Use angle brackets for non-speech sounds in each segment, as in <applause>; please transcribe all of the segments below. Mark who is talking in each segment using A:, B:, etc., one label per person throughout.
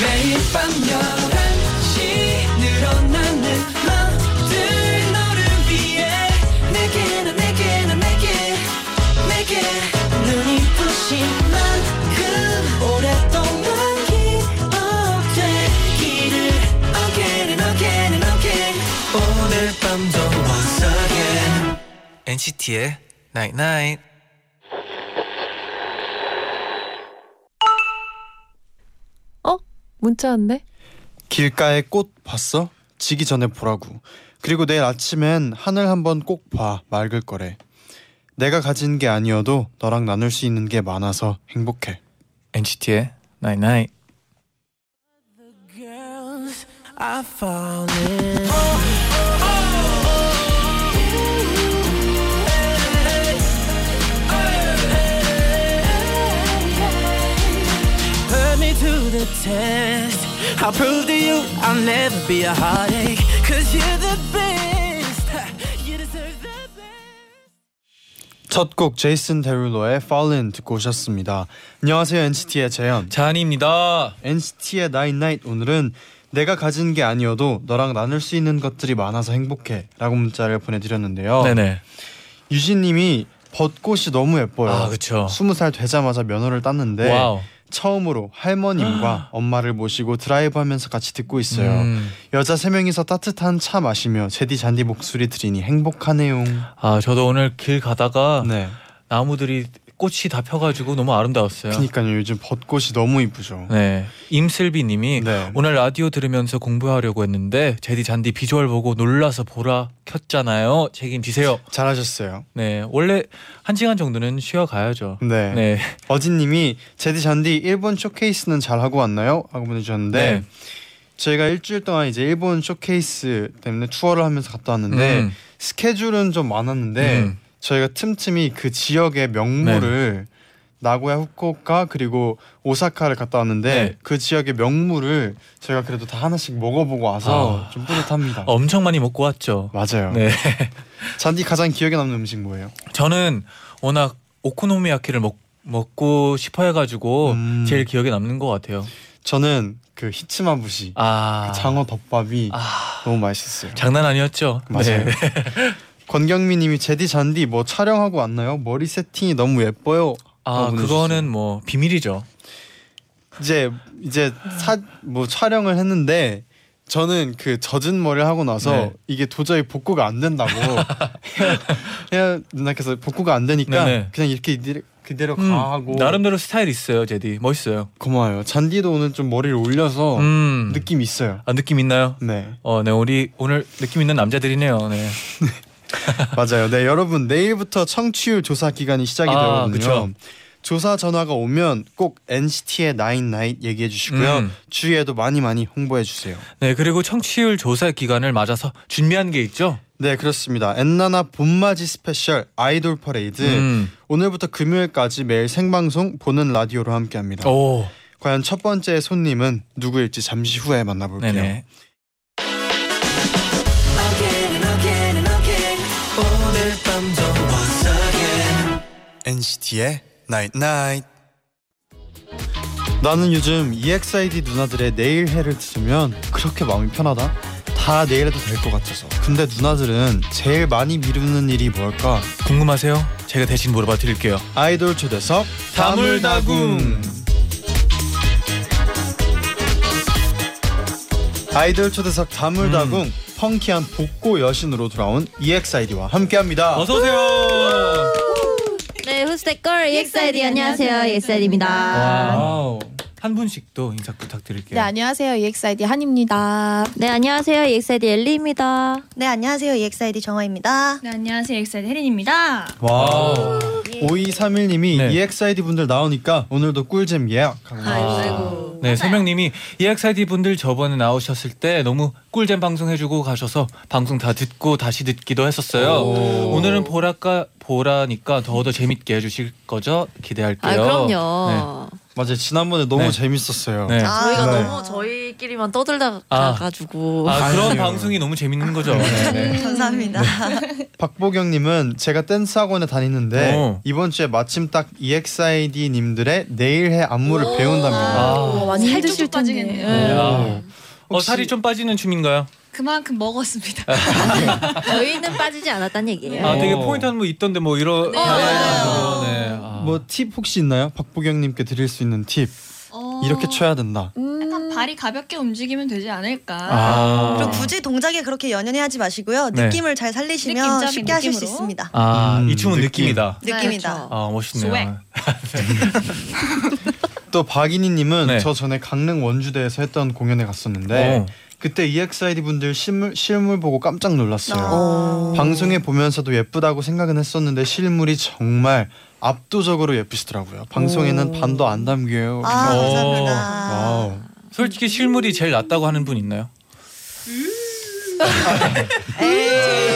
A: 매일 밤 11시 늘어나는 맘들 너를 위해 내게 난 내게 난 내게 내게 눈이 부신 만큼 오랫동안 기억되기를 Again and again and again 오늘 밤도 once again
B: NCT의 Night Night.
C: 어? 문자 왔네?
D: 길가에 꽃 봤어? 지기 전에 보라고. 그리고 내일 아침엔 하늘 한번 꼭 봐. 맑을 거래. 내가 가진 게 아니어도 너랑 나눌 수 있는 게 많아서 행복해.
B: NCT의 Night Night.
A: Put me to the test I'll prove to you I'll never be a heartache Cause you're the best You deserve the best
D: 첫 곡 제이슨 데룰로의 Fallin 듣고 오셨습니다. 안녕하세요 NCT의 재현.
B: 잔입니다.
D: NCT의 Nine Night 오늘은 내가 가진 게 아니어도 너랑 나눌 수 있는 것들이 많아서 행복해라고 문자를 보내드렸는데요.
B: 네네.
D: 유진님이 벚꽃이 너무 예뻐요.
B: 아 그쵸.
D: 스무 살 되자마자 면허를 땄는데
B: 와우. <gasps>
D: 처음으로 할머님과 엄마를 모시고 드라이브하면서 같이 듣고 있어요.
B: 음.
D: 여자 세 명이서 따뜻한 차 마시며 제디 잔디 목소리 들으니 행복하네요.
B: 아 저도 오늘 길 가다가
D: 네.
B: 나무들이 꽃이 다 펴가지고 너무 아름다웠어요.
D: 그러니까요 요즘 벚꽃이 너무 이쁘죠.
B: 네. 임슬비님이
D: 네.
B: 오늘 라디오 들으면서 공부하려고 했는데 제디 잔디 비주얼 보고 놀라서 보라 켰잖아요. 책임지세요.
D: 잘하셨어요.
B: 네. 원래 한 시간 정도는 쉬어 가야죠.
D: 네.
B: 네.
D: 어진님이 제디 잔디 일본 쇼케이스는 잘 하고 왔나요? 하고 보내주셨는데
B: 네.
D: 저희가 일주일 동안 이제 일본 쇼케이스 때문에 투어를 하면서 갔다 왔는데
B: 음.
D: 스케줄은 좀 많았는데
B: 음. 네.
D: 저희가 틈틈이 그 지역의 명물을 나고야 후쿠오카 그리고 오사카를 갔다 왔는데
B: 네.
D: 그 지역의 명물을 저희가 그래도 다 하나씩 먹어보고 와서
B: 아.
D: 좀 뿌듯합니다.
B: 엄청 많이 먹고 왔죠.
D: 맞아요.
B: 네.
D: 잔디 가장 기억에 남는 음식 뭐예요?
B: 저는 워낙 오코노미야키를 먹 먹고 싶어 해가지고
D: 음.
B: 제일 기억에 남는 것 같아요.
D: 저는 그 히츠마부시
B: 아,
D: 그 장어 덮밥이
B: 아
D: 너무 맛있었어요.
B: 장난 아니었죠.
D: 맞아요.
B: 네.
D: <laughs> 권경민님이 제디 잔디 뭐 촬영하고 왔나요? 머리 세팅이 너무 예뻐요.
B: 아
D: 라고
B: 그거는 뭐 비밀이죠.
D: 이제 이제 사 뭐 촬영을 했는데 저는 그 젖은 머리를 하고 나서
B: 네.
D: 이게 도저히 복구가
B: <laughs>
D: 안 된다고 헤어 누나께서 복구가 안 되니까
B: 네네.
D: 그냥 이렇게 이대- 그대로
B: 음,
D: 가하고
B: 나름대로 스타일 있어요, 제디. 멋있어요.
D: 고마워요. 잔디도 오늘 좀 머리를 올려서
B: 음, 느낌
D: 어. 느낌 있어요.
B: 아 느낌 있나요?
D: 네
B: 어, 네 우리 오늘 느낌 있는 남자들이네요. 네.
D: 맞아요. 네 여러분 내일부터 청취율 조사 기간이 시작이
B: 아,
D: 되거든요.
B: 그쵸.
D: 조사 전화가 오면 꼭 NCT의 나인나잇 얘기해 주시고요.
B: 음.
D: 주위에도 많이 많이 홍보해 주세요.
B: 네 그리고 청취율 조사 기간을 맞아서 준비한 게 있죠.
D: 네 그렇습니다. 엔나나 봄맞이 스페셜 아이돌 퍼레이드
B: 음.
D: 오늘부터 금요일까지 매일 생방송 보는 라디오로 함께합니다.
B: 오,
D: 과연 첫 번째 손님은 누구일지 잠시 후에 만나볼게요.
B: 네네.
A: Again and again and again 오늘 밤도 once again
D: NCT의 Night Night. 나는 요즘 E EXID 누나들의 내일 해를 들으면 그렇게 마음이 편하다. 다 내일 해도 될 것 같아서. 근데 누나들은 제일 많이 미루는 일이 뭘까?
B: 궁금하세요? 제가 대신 물어봐 드릴게요.
D: 아이돌 초대석
B: 다물다궁.
D: 아이돌 초대석 다물다궁 펑키한 복고 여신으로 돌아온 E EXID와 함께합니다.
B: 어서 오세요.
E: 네, 후스테걸
F: 네,
E: EXID 안녕하세요. EXID입니다.
B: 와우. 한 분씩 또 인사 부탁드릴게요.
G: 네, 안녕하세요. EXID 한입니다. 어,
E: 네, 안녕하세요. EXID 엘리입니다.
F: 네 안녕하세요 EXID 정화입니다.
H: 네, 안녕하세요. 엑셀 혜린입니다.
B: 와우.
D: 5231님이
B: 네.
D: EXID 분들 나오니까 오늘도 꿀잼 예약하고
B: 네, 서명님이 EXID 분들 저번에 나오셨을 때 너무 꿀잼 방송 해주고 가셔서 방송 다 듣고 다시 듣기도 했었어요. 오늘은 보라까 보라니까 더더 재밌게 해주실 거죠? 기대할게요.
E: 아, 그럼요.
D: 맞아요. 지난번에 너무
B: 네.
D: 재밌었어요.
B: 네.
F: 아,
C: 저희가
D: 네.
C: 너무 저희끼리만 떠들다가
B: 아.
C: 가지고
B: 아 그런
D: 아니에요.
B: 방송이 너무 재밌는 거죠. 네, 네.
F: 감사합니다.
D: 박보경님은 제가 댄스 학원에 다니는데
B: 오.
D: 이번 주에 마침 딱 EXID 님들의 내일해 안무를 배운답니다.
B: 아.
C: 많이
H: 살좀
C: 힘드실 텐데.
H: 빠지겠네요.
C: 예.
B: 야. 어
D: 혹시-
B: 살이 좀 빠지는 춤인가요?
H: 그만큼 먹었습니다.
E: 저희는 빠지지 않았다는 얘기예요.
B: 아 되게
D: 오.
B: 포인트 한뭐 있던데 뭐 이런.
H: 어,
B: 다양한 거, 네. 아.
D: 뭐 팁 혹시 있나요? 박보경님께 드릴 수 있는 팁.
H: 어,
D: 이렇게 쳐야 된다.
H: 약간 발이 가볍게 움직이면 되지 않을까.
B: 아.
F: 그리고 굳이 동작에 그렇게 연연해 하지 마시고요.
B: 네.
F: 느낌을 잘 살리시면
H: 느낌적인
F: 쉽게 하실 수
H: 느낌으로.
F: 있습니다.
B: 아,
D: 음,
B: 이 춤은
D: 느낌.
B: 느낌. 이다
C: 네,
F: 느낌이다.
C: 그렇죠.
B: 아, 멋있네요.
H: 스웩.
D: 또 박인희님은
B: 네. 어.
D: 저 전에 강릉 원주대에서 했던 공연에 갔었는데
B: 오.
D: 그때 EXID 분들 실물 실물 보고 깜짝 놀랐어요.
F: 어.
D: 방송에 보면서도 예쁘다고 생각은 했었는데 실물이 정말 압도적으로 예쁘시더라고요. 방송에는 반도 안 담겨요.
F: 아
B: 오.
F: 감사합니다.
D: 와우.
B: 솔직히 실물이 제일 낫다고 하는 분 있나요?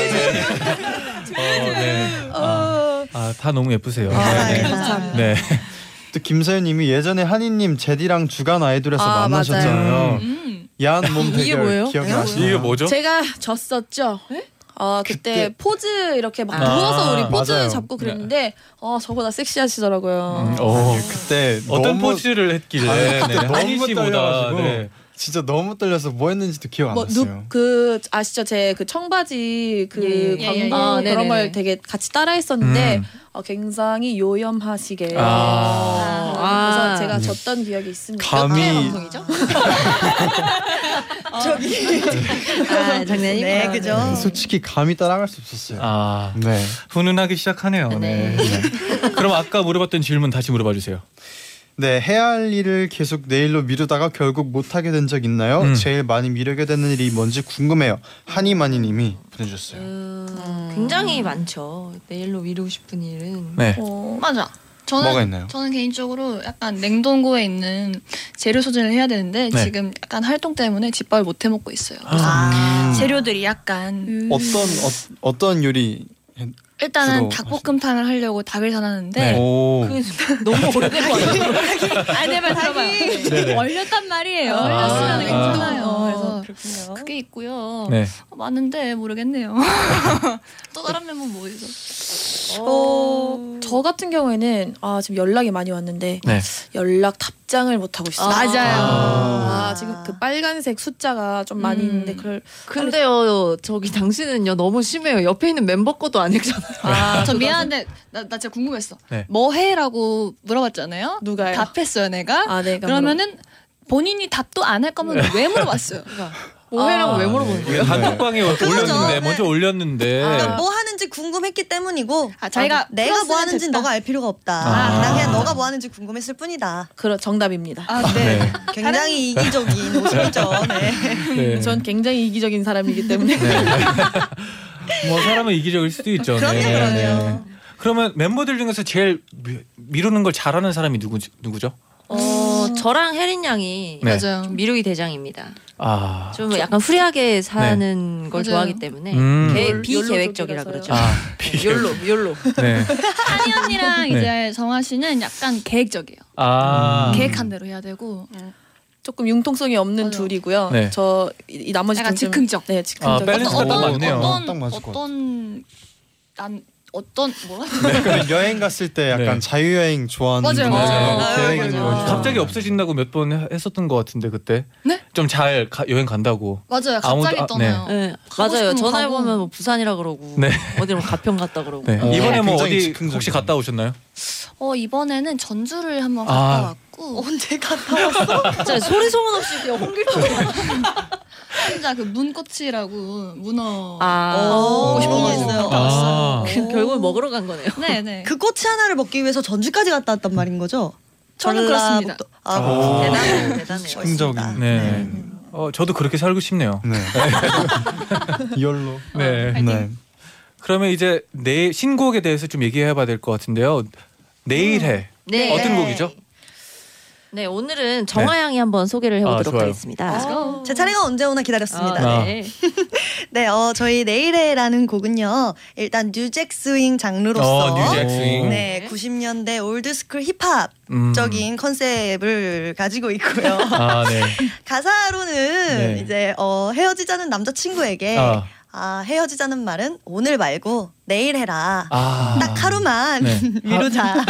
B: 어, 네. 아, 아, 다 너무 예쁘세요.
F: 아,
B: 네.
F: 감사합니다.
B: 네.
D: 또 김서연님이 예전에 한이님 제디랑 주간 아이돌에서
C: 아,
D: 만나셨잖아요.
H: 음.
D: 야한 몸
C: 이게
D: 대결
C: 뭐예요?
D: 기억이 나시나요?
B: 아, 뭐죠?
G: 제가 졌었죠. 어, 그때,
D: 그때-
G: 포즈 이렇게 막
B: 아,
G: 누워서 우리 포즈
D: 맞아요.
G: 잡고 그랬는데 어 저보다 섹시하시더라고요.
B: 음, 어.
D: 그때
B: 어떤
D: 너무
B: 포즈를 했길래
D: 아,
B: 네.
D: 그때
B: 한희
D: 너무
B: 씨보다
D: 떨려가지고
B: 네.
D: 진짜 너무 떨려서 뭐 했는지도 기억
B: 아,
D: 안 났어요.
G: 뭐그 아시죠? 제 그 청바지 그
E: 예,
H: 예.
G: 광-
H: 예, 예,
G: 아,
H: 예.
G: 그런 걸
H: 네네네.
G: 되게 같이 따라했었는데
B: 음.
G: 어, 굉장히 요염하시게.
B: 아.
G: 어,
C: 아.
G: 그래서 제가 졌던 기억이 있습니다.
C: 그러니까
D: 감히
H: 방송이죠?
E: 아, 장난이구나.
F: 네, 그죠.
D: 솔직히 감히 따라갈 수 없었어요.
B: 아,
D: 네.
B: 훈훈하기 시작하네요. 네. 네. 그럼 아까 물어봤던 질문 다시 물어봐 주세요.
D: 네, 해야 할 일을 계속 내일로 미루다가 결국 못 하게 된 적 있나요?
B: 음.
D: 제일 많이 미루게 되는 일이 뭔지 궁금해요. 한이만이 님이 보내 주셨어요.
B: 음.
C: 굉장히 많죠. 내일로 미루고 싶은 일은
B: 네.
H: 맞아. 저는
D: 뭐가 있나요?
H: 저는 개인적으로 약간 냉동고에 있는 재료 소진을 해야 되는데
B: 네.
H: 지금 약간 활동 때문에 집밥을 못 해 먹고 있어요. 그래서
D: 음.
H: 재료들이 약간
D: 어떤 어, 떤 요리? 주로
H: 일단은 닭볶음탕을 하려고 닭을 사놨는데
B: 네.
D: 오.
C: 너무 오래된 거 아니에요?
H: 아니 내말 들어봐요.
B: 네네.
H: <laughs> 얼렸단 말이에요.
B: 아,
H: 얼렸으면
B: 아.
H: 괜찮아요.
G: 아,
H: 그래서 그게 있고요.
B: 네.
H: 어, 많은데 모르겠네요. <laughs> 또 다른 멤버 뭐 있어?
G: 어, 저 같은 경우에는 아 지금 연락이 많이 왔는데
B: 네.
G: 연락 답장을 못 하고 있어요.
H: 맞아요.
G: 아, 지금 그 빨간색 숫자가 좀 많이
H: 음.
G: 있는데 그걸
C: 근데요, 저기 당신은요 너무 심해요. 옆에 있는 멤버 것도 안 했잖아요.
H: 저 미안한데 나, 나 진짜 궁금했어.
B: 네.
H: 뭐 해라고 물어봤잖아요.
G: 누가요?
H: 답했어요 내가.
G: 아, 내가
H: 그러면은 본인이 답도 안 할 거면 왜 <laughs> 물어봤어요? 뭐
C: 오해라고
G: 아.
H: 네.
C: 왜 물어보는 거예요?
B: 단톡방에 올렸는데
F: 네.
B: 먼저 올렸는데
F: 그러니까 뭐 하는지 궁금했기 때문이고
H: 아, 자기가
F: 아, 내가 뭐
H: 플러스는
F: 하는지
H: 됐다.
F: 너가 알 필요가 없다.
B: 아.
F: 난 그냥 너가 뭐 하는지 궁금했을 뿐이다.
G: 그런 정답입니다.
H: 아 네.
B: 네.
F: 굉장히
H: <laughs>
F: 이기적인 모습이죠.
H: 아,
F: 네.
B: 네.
G: 전 굉장히 이기적인 사람이기 때문에
B: 뭐 사람은 이기적일 수도 있죠. 네,
F: 그럼요, 그럼요.
B: 그러면 멤버들 중에서 제일 미, 미루는 걸 잘하는 사람이 누구 누구죠?
E: 어, 저랑 혜린 양이
B: 네.
H: 맞아요.
E: 좀 미루기 대장입니다.
B: 아.
E: 좀 약간 후리하게 사는 걸
H: 맞아요.
E: 좋아하기 때문에
B: 음.
E: 개-
G: 욜로
E: 비계획적이라
G: 쪽이라서요.
E: 그러죠.
B: 아,
C: 욜로, 욜로.
I: <laughs>
B: 네.
H: 한이 언니랑
B: 네.
H: 이제 정아 씨는 약간 계획적이에요.
B: 아.
H: 계획한 대로 해야 되고
G: <laughs> 조금 융통성이 없는
H: 맞아.
G: 둘이고요.
B: 네.
G: 저 이, 이 나머지
H: 약간
G: 둘 좀-
H: 즉흥적.
G: 네, 즉흥적.
B: 아, 밸런스가
H: 어떤
B: 딱 맞네요.
H: 어떤
D: 딱 맞을 것
H: 어떤 난 어떤 뭐라
D: 네, 그러면 여행 갔을 때 약간
B: 네.
D: 자유여행 좋아하는 분들
H: 맞아요,
B: 맞아요.
D: 네,
F: 맞아요,
D: 계획을
F: 맞아요.
D: 세우시죠.
B: 갑자기 없어진다고 몇 번 했었던 것 같은데 그때.
H: 네?
B: 좀 잘 여행 간다고.
H: 맞아요.
B: 아무도-
H: 갑자기
B: 아,
H: 떠나요.
E: 네,
H: 가고
E: 맞아요.
H: 싶으면
E: 전화해
H: 가고.
E: 보면 뭐 부산이라 그러고
B: 네.
E: 어디로 가평 갔다 그러고.
B: 네.
D: 어.
B: 이번에 뭐
D: 굉장히
B: 어디
D: 즉흥적이네요.
B: 혹시 갔다 오셨나요?
H: 어 이번에는 전주를 한번
B: 아.
H: 갔다 왔고
F: 언제 갔다 왔어?
E: 진짜 소리 소문 없이 그냥 홍길동.
H: <laughs> 혼자 그 문꽃이라고 문어
E: 아,
F: 오,
H: 먹고 싶은 거
F: 있어요.
H: 갔다 왔어요.
B: 아.
E: 그, 결국은 먹으러 간 거네요.
H: 네네.
F: 그 꼬치 하나를 먹기 위해서 전주까지 갔다 왔단 말인 거죠?
H: 저는 그렇습니다.
F: 전라북도-
D: 아.
F: 아, 대단해요, 대단해요.
D: 즉흥적인.
F: 멋있습니다.
B: 네. 어, 저도 그렇게 살고 싶네요.
D: 네. <laughs> 이열로.
B: 네.
D: 네.
B: 그러면 이제 내 신곡에 대해서 좀 얘기해 봐야 될 것 같은데요. 내일 해.
E: 네.
B: 어떤 곡이죠?
C: 네, 오늘은 정화양이 한번 소개를
B: 아,
C: 해보도록
B: 좋아요.
C: 하겠습니다.
F: 제 차례가 언제 오나 기다렸습니다.
B: 아,
C: 네.
F: 네, 어, 저희 내일의라는 곡은요. 일단 뉴잭 스윙 장르로서
B: 어, 뉴잭 스윙.
F: 음. 그렇죠. 네, 90년대 올드스쿨 힙합적인
B: 음.
F: 컨셉을 가지고 있고요.
H: <laughs>
B: 아, 네.
F: 가사로는
B: 네.
F: 이제 어, 헤어지자는 남자친구에게
B: 아.
F: 아. 헤어지자는 말은 오늘 말고 내일 해라.
B: 아.
F: 딱 하루만
B: 네.
F: 위로자.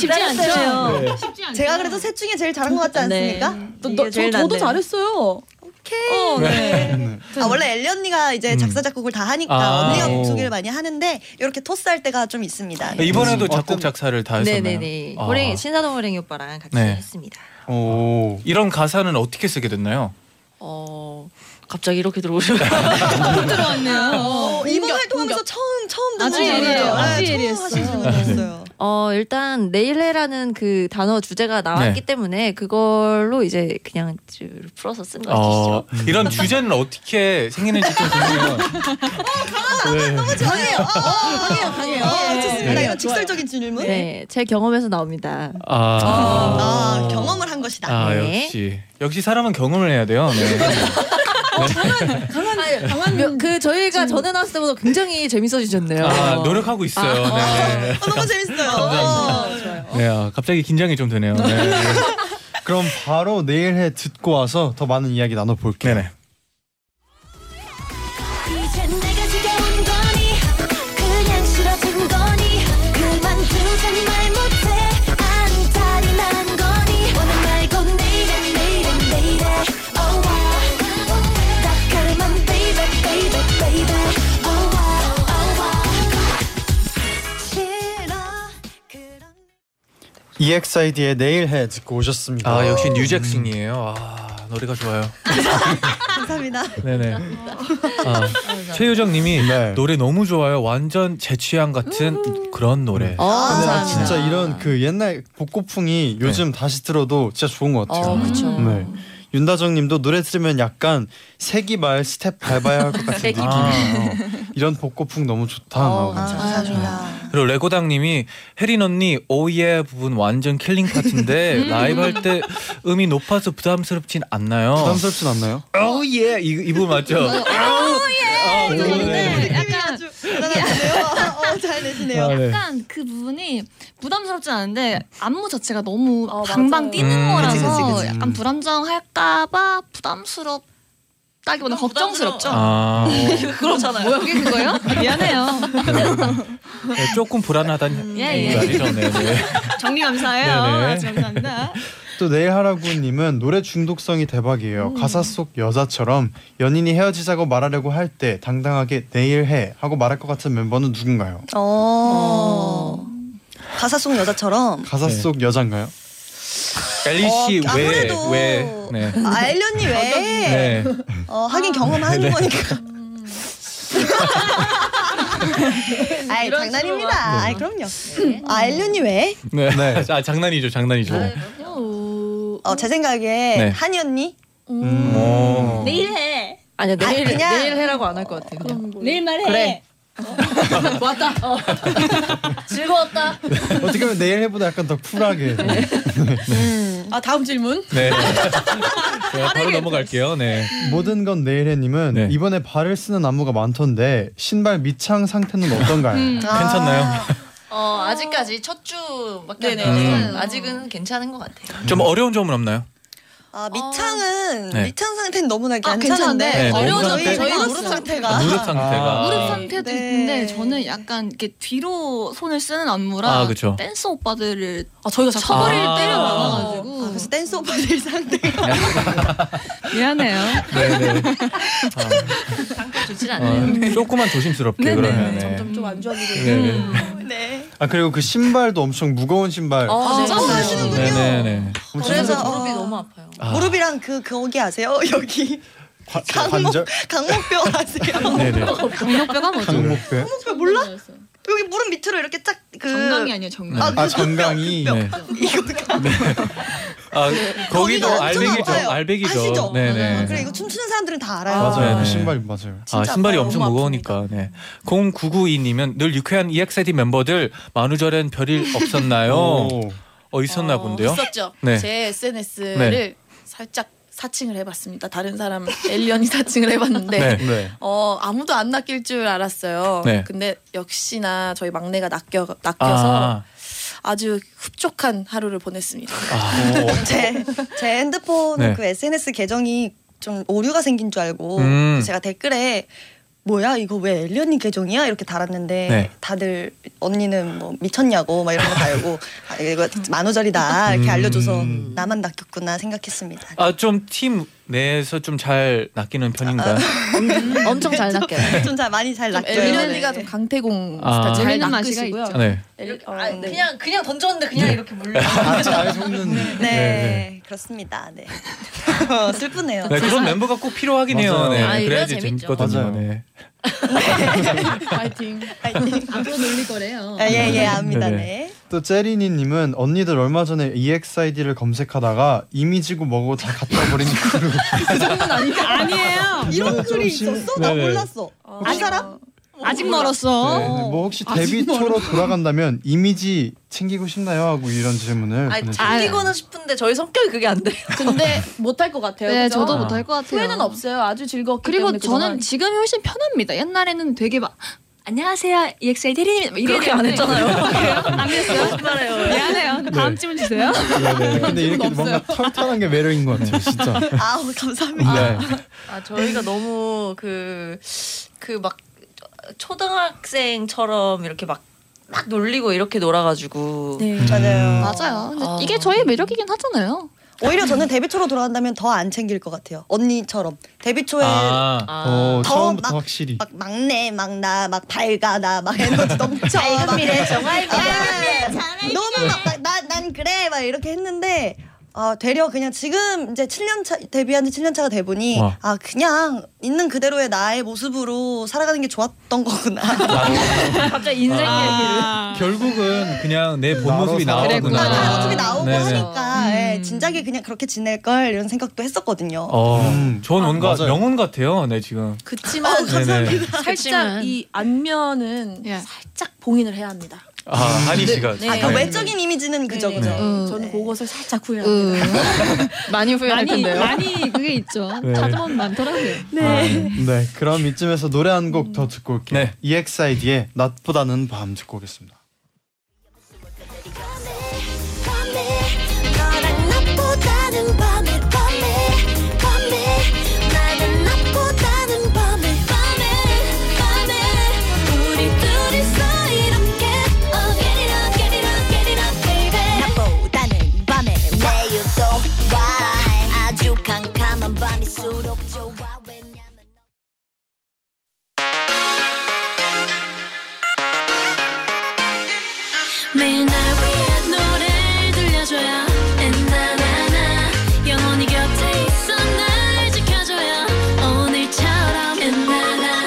E: 쉽지 않죠.
B: 네.
H: 쉽지 않죠.
F: 제가 그래도 셋 중에 제일 잘한 것 같지
E: 네.
F: 않습니까?
G: 너,
C: 이게
G: 너, 저,
C: 제일
G: 저도
C: 낫네요.
G: 잘했어요.
F: 오케이.
G: 어, 네.
F: 아, 원래 엘리 언니가 이제
B: 음.
F: 작사 작곡을 다 하니까
B: 아.
F: 언니가
B: 오.
F: 목소리를 많이 하는데 이렇게 토스할 때가 좀 있습니다.
B: 이번에도
D: 어떤-
B: 작곡 작사를 다 했었나요?
C: 네네네.
B: 아.
C: 호랭이 신사동 호랭이 오빠랑 같이
B: 네.
C: 했습니다.
D: 오.
B: 이런 가사는 어떻게 쓰게 됐나요?
C: 어 갑자기 이렇게 들어오셔.
H: 들어왔네요.
F: 어, 이번 활동하면서 처음 처음 듣는
H: 아직 예리해요.
F: 노래예요.
H: 아직
F: 네, 처음
H: 예리했어요.
F: 하시는 분이었어요.
C: 어 일단 내일해라는 그 단어 주제가 나왔기
B: 네.
C: 때문에 그걸로 이제 그냥 쭉 풀어서 쓴 거죠.
B: 어, 이런 주제는 어떻게 생기는지 좀 궁금해요.
F: 너무 좋아요. 강해요,
E: 강해요.
F: 어, 좋습니다.
B: 네.
F: 이런 직설적인 질문.
C: 네, 제 경험에서 나옵니다.
B: 아,
F: 아, 경험을 한 것이다.
B: 아
C: 네.
B: 역시 역시 사람은 경험을 해야 돼요. 네.
C: 아니, 그 저희가 전에 나왔을 때보다 굉장히 재밌어지셨네요. 아.
B: 아, 노력하고 있어요. 네.
F: 어, 너무 재밌어요.
B: 감사합니다. 네, 아, 갑자기 긴장이 좀 되네요. 네.
D: 그럼 바로 내일 해 듣고 와서 더 많은 이야기 나눠 볼게요.
B: 네네.
J: 이젠 내가 지겨운 거니 그냥 싫어진 거니 그만두자니 말 못해 안달이 난 거니 오늘 말고 내일은 내일은 내일에 oh wow 낯가름한 baby baby baby oh wow oh wow 싫어 그런
D: E EXID의 내일 해 듣고 오셨습니다.
B: 아 역시 뉴잭슨이에요. 아 노래가 좋아요.
F: <laughs> 감사합니다.
B: 네네. 아, 최유정님이
D: 네.
B: 노래 너무 좋아요. 완전 제 취향 같은 그런 노래.
C: 어,
D: 근데 나
F: 아,
C: 감사합니다.
D: 진짜 이런 그 옛날 복고풍이 요즘 다시 네. 들어도 진짜 좋은 것 같아요.
C: 어, 그쵸.
D: 네. 윤다정님도 노래 들으면 약간 세기 말 스텝 밟아야 할 것 같은
C: 세기
D: 느낌.
B: 말.
D: 이런 복고풍 너무 좋다.
C: 어,
F: 아,
D: 막.
F: 감사합니다.
B: 그리고 레고당님이 혜린 언니 오예 부분 완전 킬링 파트인데 라이브 할 때 음이 높아서 부담스럽진 않나요?
D: 부담스럽진 않나요?
B: 오예 이, 이 부분 맞죠? 오예.
H: 네, 약간
F: 대단하시네요. 어, 잘
D: 아,
F: 내시네요.
B: 아,
H: 약간 그 부분이 부담스럽진 않은데 안무 자체가 너무
G: 어,
H: 방방
G: 맞아요.
H: 뛰는
B: 음.
H: 거라서
B: 그치, 그치,
H: 약간 불안정할까봐 부담스럽다기보다 걱정스럽죠.
B: 아
H: 그렇잖아요. 뭐야 그게 그거예요? <laughs> 미안해요.
B: 네, 조금 불안하다는
H: 예, 예.
B: 말이죠. 네, 네.
H: 정리 감사해요.
B: 네네.
H: 아주 감사합니다.
D: 또 내일하라구님은 노래 중독성이 대박이에요. 가사 속 여자처럼 연인이 헤어지자고 말하려고 할 때 당당하게 내일 해 하고 말할 것 같은 멤버는 누군가요?
F: 어. 가사 속 여자처럼
D: 가사
B: 네.
D: 속 여잔가요?
B: 엘리 씨
F: 어,
B: 왜?
F: 아무래도-
B: 왜? 네.
F: 아, 엘리 언니 왜?
B: 네.
F: 어, 하긴 경험하는 거니까. <laughs> 아이 장난입니다. 아이 그럼요. 아 엘륜이 왜?
B: 네.
D: 네.
B: 아 장난이죠, 장난이죠.
F: 어, 제 생각에
B: 네.
F: 한이 언니
D: 음. 오.
E: 내일 해.
C: 아니야 내일
F: 그냥-
C: 내일 해라고 안 할 것 같아. 그냥.
E: 내일 말해.
C: 그래.
E: 왔다. 즐거웠다.
D: 어떻게 보면 내일 해보다 약간 더 쿨하게.
F: 네.
G: 아, 다음 질문.
B: 네. 네, 바로 넘어갈게요. 네.
D: 모든 건 내일해님은
B: 네.
D: 이번에 발을 쓰는 안무가 많던데 신발 밑창 상태는 어떤가요?
F: 음.
B: 괜찮나요?
C: 어 아직까지 첫 주밖에 안
G: 네네.
C: 돼서 아직은 괜찮은 것 같아요.
B: 좀 어려운 점은 없나요?
F: 아 밑창은
B: 네.
F: 밑창 상태는 너무나
H: 괜찮은데?
F: 괜찮은데
B: 네,
F: 어려운
B: 너무
F: 점이
C: 상태-
F: 저희 무릎
C: 무릎
F: 상태가
B: 무릎 상태가.
H: 무릎 상태도
F: 네.
H: 있는데 저는 약간 이렇게 뒤로 손을 쓰는 안무라
B: 아, 그쵸.
H: 댄스 오빠들을
G: 아, 저희가
H: 처벌을
B: 아.
H: 때려
F: 아,
H: 나와가지고
F: 그래서 댄스 오빠들 상태가
H: 미안해요.
B: 네네.
C: 좋지
B: 어, 조금만 조심스럽게
H: 아, 네. 네네.
B: 그러면. 네.
G: 점점 좀 안 좋아지고.
B: 네네.
F: 네.
D: 아 그리고 그 신발도 엄청 무거운 신발.
C: 어,
F: 진짜 하시는군요.
B: 네네네.
D: 엄청
C: 그래서
F: 어.
C: 무릎이 너무 아파요.
B: 아. 그
F: 무릎이랑 그 거기 아세요 <laughs> 여기
D: 과-
F: 강목
D: 관절
F: 강목뼈
B: <laughs>
F: 아세요?
B: 네네.
H: 강력뼈가 뭐죠?
D: 강목뼈.
H: 그
F: 강목뼈 몰라? 여기 무릎 밑으로 이렇게 짝그
H: 정강이 아니에요 정강.
F: 아,
D: 아 정강이.
B: 네. 아 거기도
F: 엄청
B: 알배기죠.
F: 아파요.
B: 알배기죠.
F: 아시죠?
B: 네네.
F: 그래 이거 춤추는 사람들은 다 알아요.
B: 맞아요.
D: 맞아요.
B: 네.
D: 그 신발 맞아요.
B: 아
F: 진짜
B: 신발이
F: 아파요.
B: 엄청
F: 너무
B: 무거우니까. 네. 0992님은 늘 유쾌한 EXID 멤버들 만우절엔 별일 없었나요?
D: 오.
B: 어 있었나 본데요.
C: 그렇죠.
I: 있었죠.
B: 네.
I: 제 SNS를
B: 네.
I: 살짝 사칭을 해봤습니다. 다른
C: <laughs>
I: 사람 엘리언이 사칭을 해봤는데
B: 네.
I: 어 아무도 안 낚일 줄 알았어요.
B: 네.
I: 근데 역시나 저희 막내가 낚여 낚여서
B: 아.
I: 아. 주 흡족한 하루를 보냈습니다.
F: <laughs> 제, 제 핸드폰
B: 네.
F: 그 SNS 계정이 좀 오류가 생긴 줄 알고
B: 음.
F: 제가 댓글에 뭐야 이거 왜 엘리언니 계정이야 이렇게 달았는데
B: 네.
F: 다들 언니는 뭐 미쳤냐고 막 이런 거 달고 아, 이거 만 원짜리다 이렇게
B: 음.
F: 알려줘서 나만 낚였구나 생각했습니다.
B: 아 좀 팀 내에서 좀 잘 낚이는 편인가요?
C: 엄청 잘 낚여.
B: 네.
F: 좀잘 예, 많이 잘
I: 좀
F: 낚여요.
C: 네.
F: 네.
I: 엘리언니가 좀 강태공
B: 아.
I: 스타일 잘
H: 재밌는 맛이가
I: 낚으시고요.
H: 있죠.
B: 네.
I: 엘리- 어,
E: 아,
I: 네.
E: 그냥 그냥 던졌는데 그냥 이렇게 물려.
D: 아잘 속는.
F: 네,
B: 네.
F: 그렇습니다. 네 슬프네요.
B: 네, 그런 멤버가 꼭 필요하긴 해요.
D: 맞아요.
B: 네,
E: 아, 이래야
B: 그래야지
E: 재밌죠.
B: 재밌거든요.
D: 맞아요.
B: 네.
H: 파이팅. 아, 앞으로 놀릴 거래요.
F: 아, 예예 압니다.
B: 네, 네.
F: 네.
D: 또 제리니님은 언니들 얼마 전에 EXID를 검색하다가 이미지고 뭐고 다 갖다
F: <laughs>
D: 버린 그룹.
H: 아니에요.
F: 이런
D: 이거는
E: 그
D: 좀
F: 글이
D: 심-
F: 있었어? 나
B: 네네.
F: 몰랐어. 이 사람?
H: 아직 멀었어.
D: 네, 뭐 혹시 데뷔 초로 돌아간다면 이미지 챙기고 싶나요? 하고 이런 질문을
E: 아,
D: 보내주셨어요.
E: 챙기고는 싶은데 저희 성격이 그게 안 돼요.
I: 근데 못할 것 같아요.
H: 네,
I: 그죠?
H: 저도 못할 것 같아요.
I: 후회는 없어요. 아주 즐겁기
H: 그리고
I: 때문에
H: 저는 지금이 훨씬 편합니다. 옛날에는 되게 막 안녕하세요, EXI 대리님. 이렇게 안 했잖아요. 안 했어요?
C: <laughs>
H: 미안해요. 다음 질문 주세요.
D: 네, 네. 근데 이렇게 뭔가 털털한 게 매력인 것 같아요, 진짜.
F: 아
D: 네.
F: 감사합니다.
E: 아 저희가 너무 그 그 막 초등학생처럼 이렇게 막 막 놀리고 이렇게 놀아가지고
F: 맞아요.
H: 맞아요. 근데
E: 아.
H: 이게 저의 매력이긴 하잖아요.
F: 음. 오히려 저는 데뷔 초로 돌아간다면 더 안 챙길 것 같아요. 언니처럼 데뷔 초에
B: 아,
E: 아.
D: 어,
F: 더
D: 처음부터
F: 막-
D: 확실히.
F: 막 막내 막 나 막 밝아 나 막 에너지 넘쳐 막
E: 미래 정말
I: 네.
F: 너는 막나난 그래 막 이렇게 했는데 아 되려 그냥 지금 이제 7년 차 데뷔한 지 7년 차가 돼 보니
B: 와.
F: 아 그냥 있는 그대로의 나의 모습으로 살아가는 게 좋았던 거구나.
B: 아.
E: 갑자기 인생 얘기를
B: 결국은 그냥 내 본 모습이
D: 나로 살아.
B: 나오구나.
F: 나의 모습이 나오고
B: 네네.
F: 하니까
I: 음.
F: 예, 진작에 그냥 그렇게 지낼 걸 이런 생각도 했었거든요. 아,
B: 어,
D: 음.
B: 전 뭔가
D: 맞아요.
B: 명언 같아요. 네
F: <laughs>
B: 지금.
I: 어, 그치만
B: 네네.
I: 살짝
H: 그치만.
I: 이 안면은
H: 예.
I: 살짝 봉인을 해야 합니다.
B: 아 한희 씨가.
E: 네.
F: 아, 그
E: 네.
F: 외적인 이미지는 그죠
I: 네네.
F: 그죠.
H: 음.
I: 저는
F: 네.
I: 그것을 살짝 후회합니다.
C: 음.
H: 많이 후회할
C: 많이-
H: 텐데요. 많이 그게 있죠.
B: 네.
H: 찾으면 많더라고요.
B: 네.
D: 네, 그럼 이쯤에서 노래 한 곡 더 듣고 올게요. E
B: 네.
D: EXID의 낮보다는 밤 듣고 오겠습니다.
J: 밤에 너랑 낮보다는 밤에 밤에 밤에 나는 낮보다는 밤에 밤에 밤에 우리 둘이서 이렇게 Oh get it up get it up get it up baby 낮보다는 밤에 내일도 와 아주 캄캄한 밤일수록 좋아 왜냐면 매일 날 위한 노래를 들려줘요 나나나 영원히 곁에 있어 날 지켜줘요 오늘처럼 나나 나나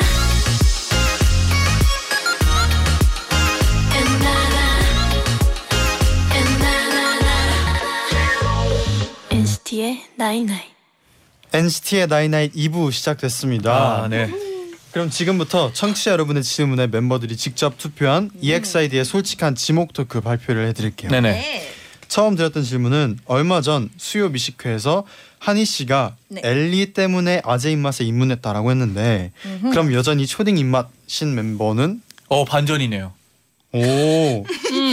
J: 나나나 NCT의 나잇나잇
D: NCT의 나이나잇 2부 시작됐습니다.
B: 아 네.
D: 그럼 지금부터 청취자 여러분의 질문에 멤버들이 직접 투표한 E EXID의 솔직한 지목 토크 발표를 해드릴게요.
B: 네네.
D: 처음 드렸던 질문은 얼마 전 수요 미식회에서 한희 씨가 엘리 때문에 아재 입맛에 입문했다라고 했는데 그럼 여전히 초딩 입맛인 멤버는
B: 어 반전이네요.
D: 오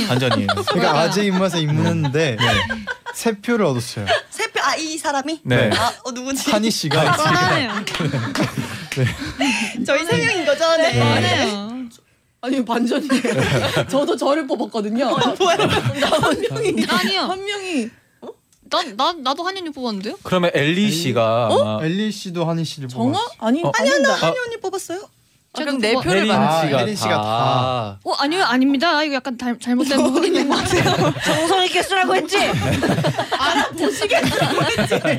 B: 반전이에요.
F: <laughs>
D: 그러니까 아재 입맛에
B: 음.
D: 입문했는데 세 표를 얻었어요.
F: 세표 아 이 사람이
B: 네.
F: 아 어, 누구지?
D: 한희
B: 아,
D: 씨가
F: 저희 세 명인 거죠? 네.
H: 많아요.
I: 아니 반전이에요. 저도 저를 뽑았거든요. 나한
D: 네.
I: 명이
H: 아니요.
I: 한 명이
H: 어? 난, 난 나도 한현이 뽑았는데요.
B: 그러면 엘리 씨가 아마
D: 어? 엘리 씨도 한희 씨를
I: 정아?
D: 뽑았어.
I: 아니
B: 어.
I: 아니다.
F: 한희 언니 뽑았어요?
I: 아,
H: 제가
I: 그럼 내
H: 그거-
I: 표를
B: 혜린
I: 받.
D: 아,
B: 씨가
D: 혜린 씨가
B: 다.
H: 어 아니요 아닙니다. 이거 약간 달, 잘못된 부분 있는 것 같아요.
E: 정성이 개수라고
H: <laughs>
E: 했지?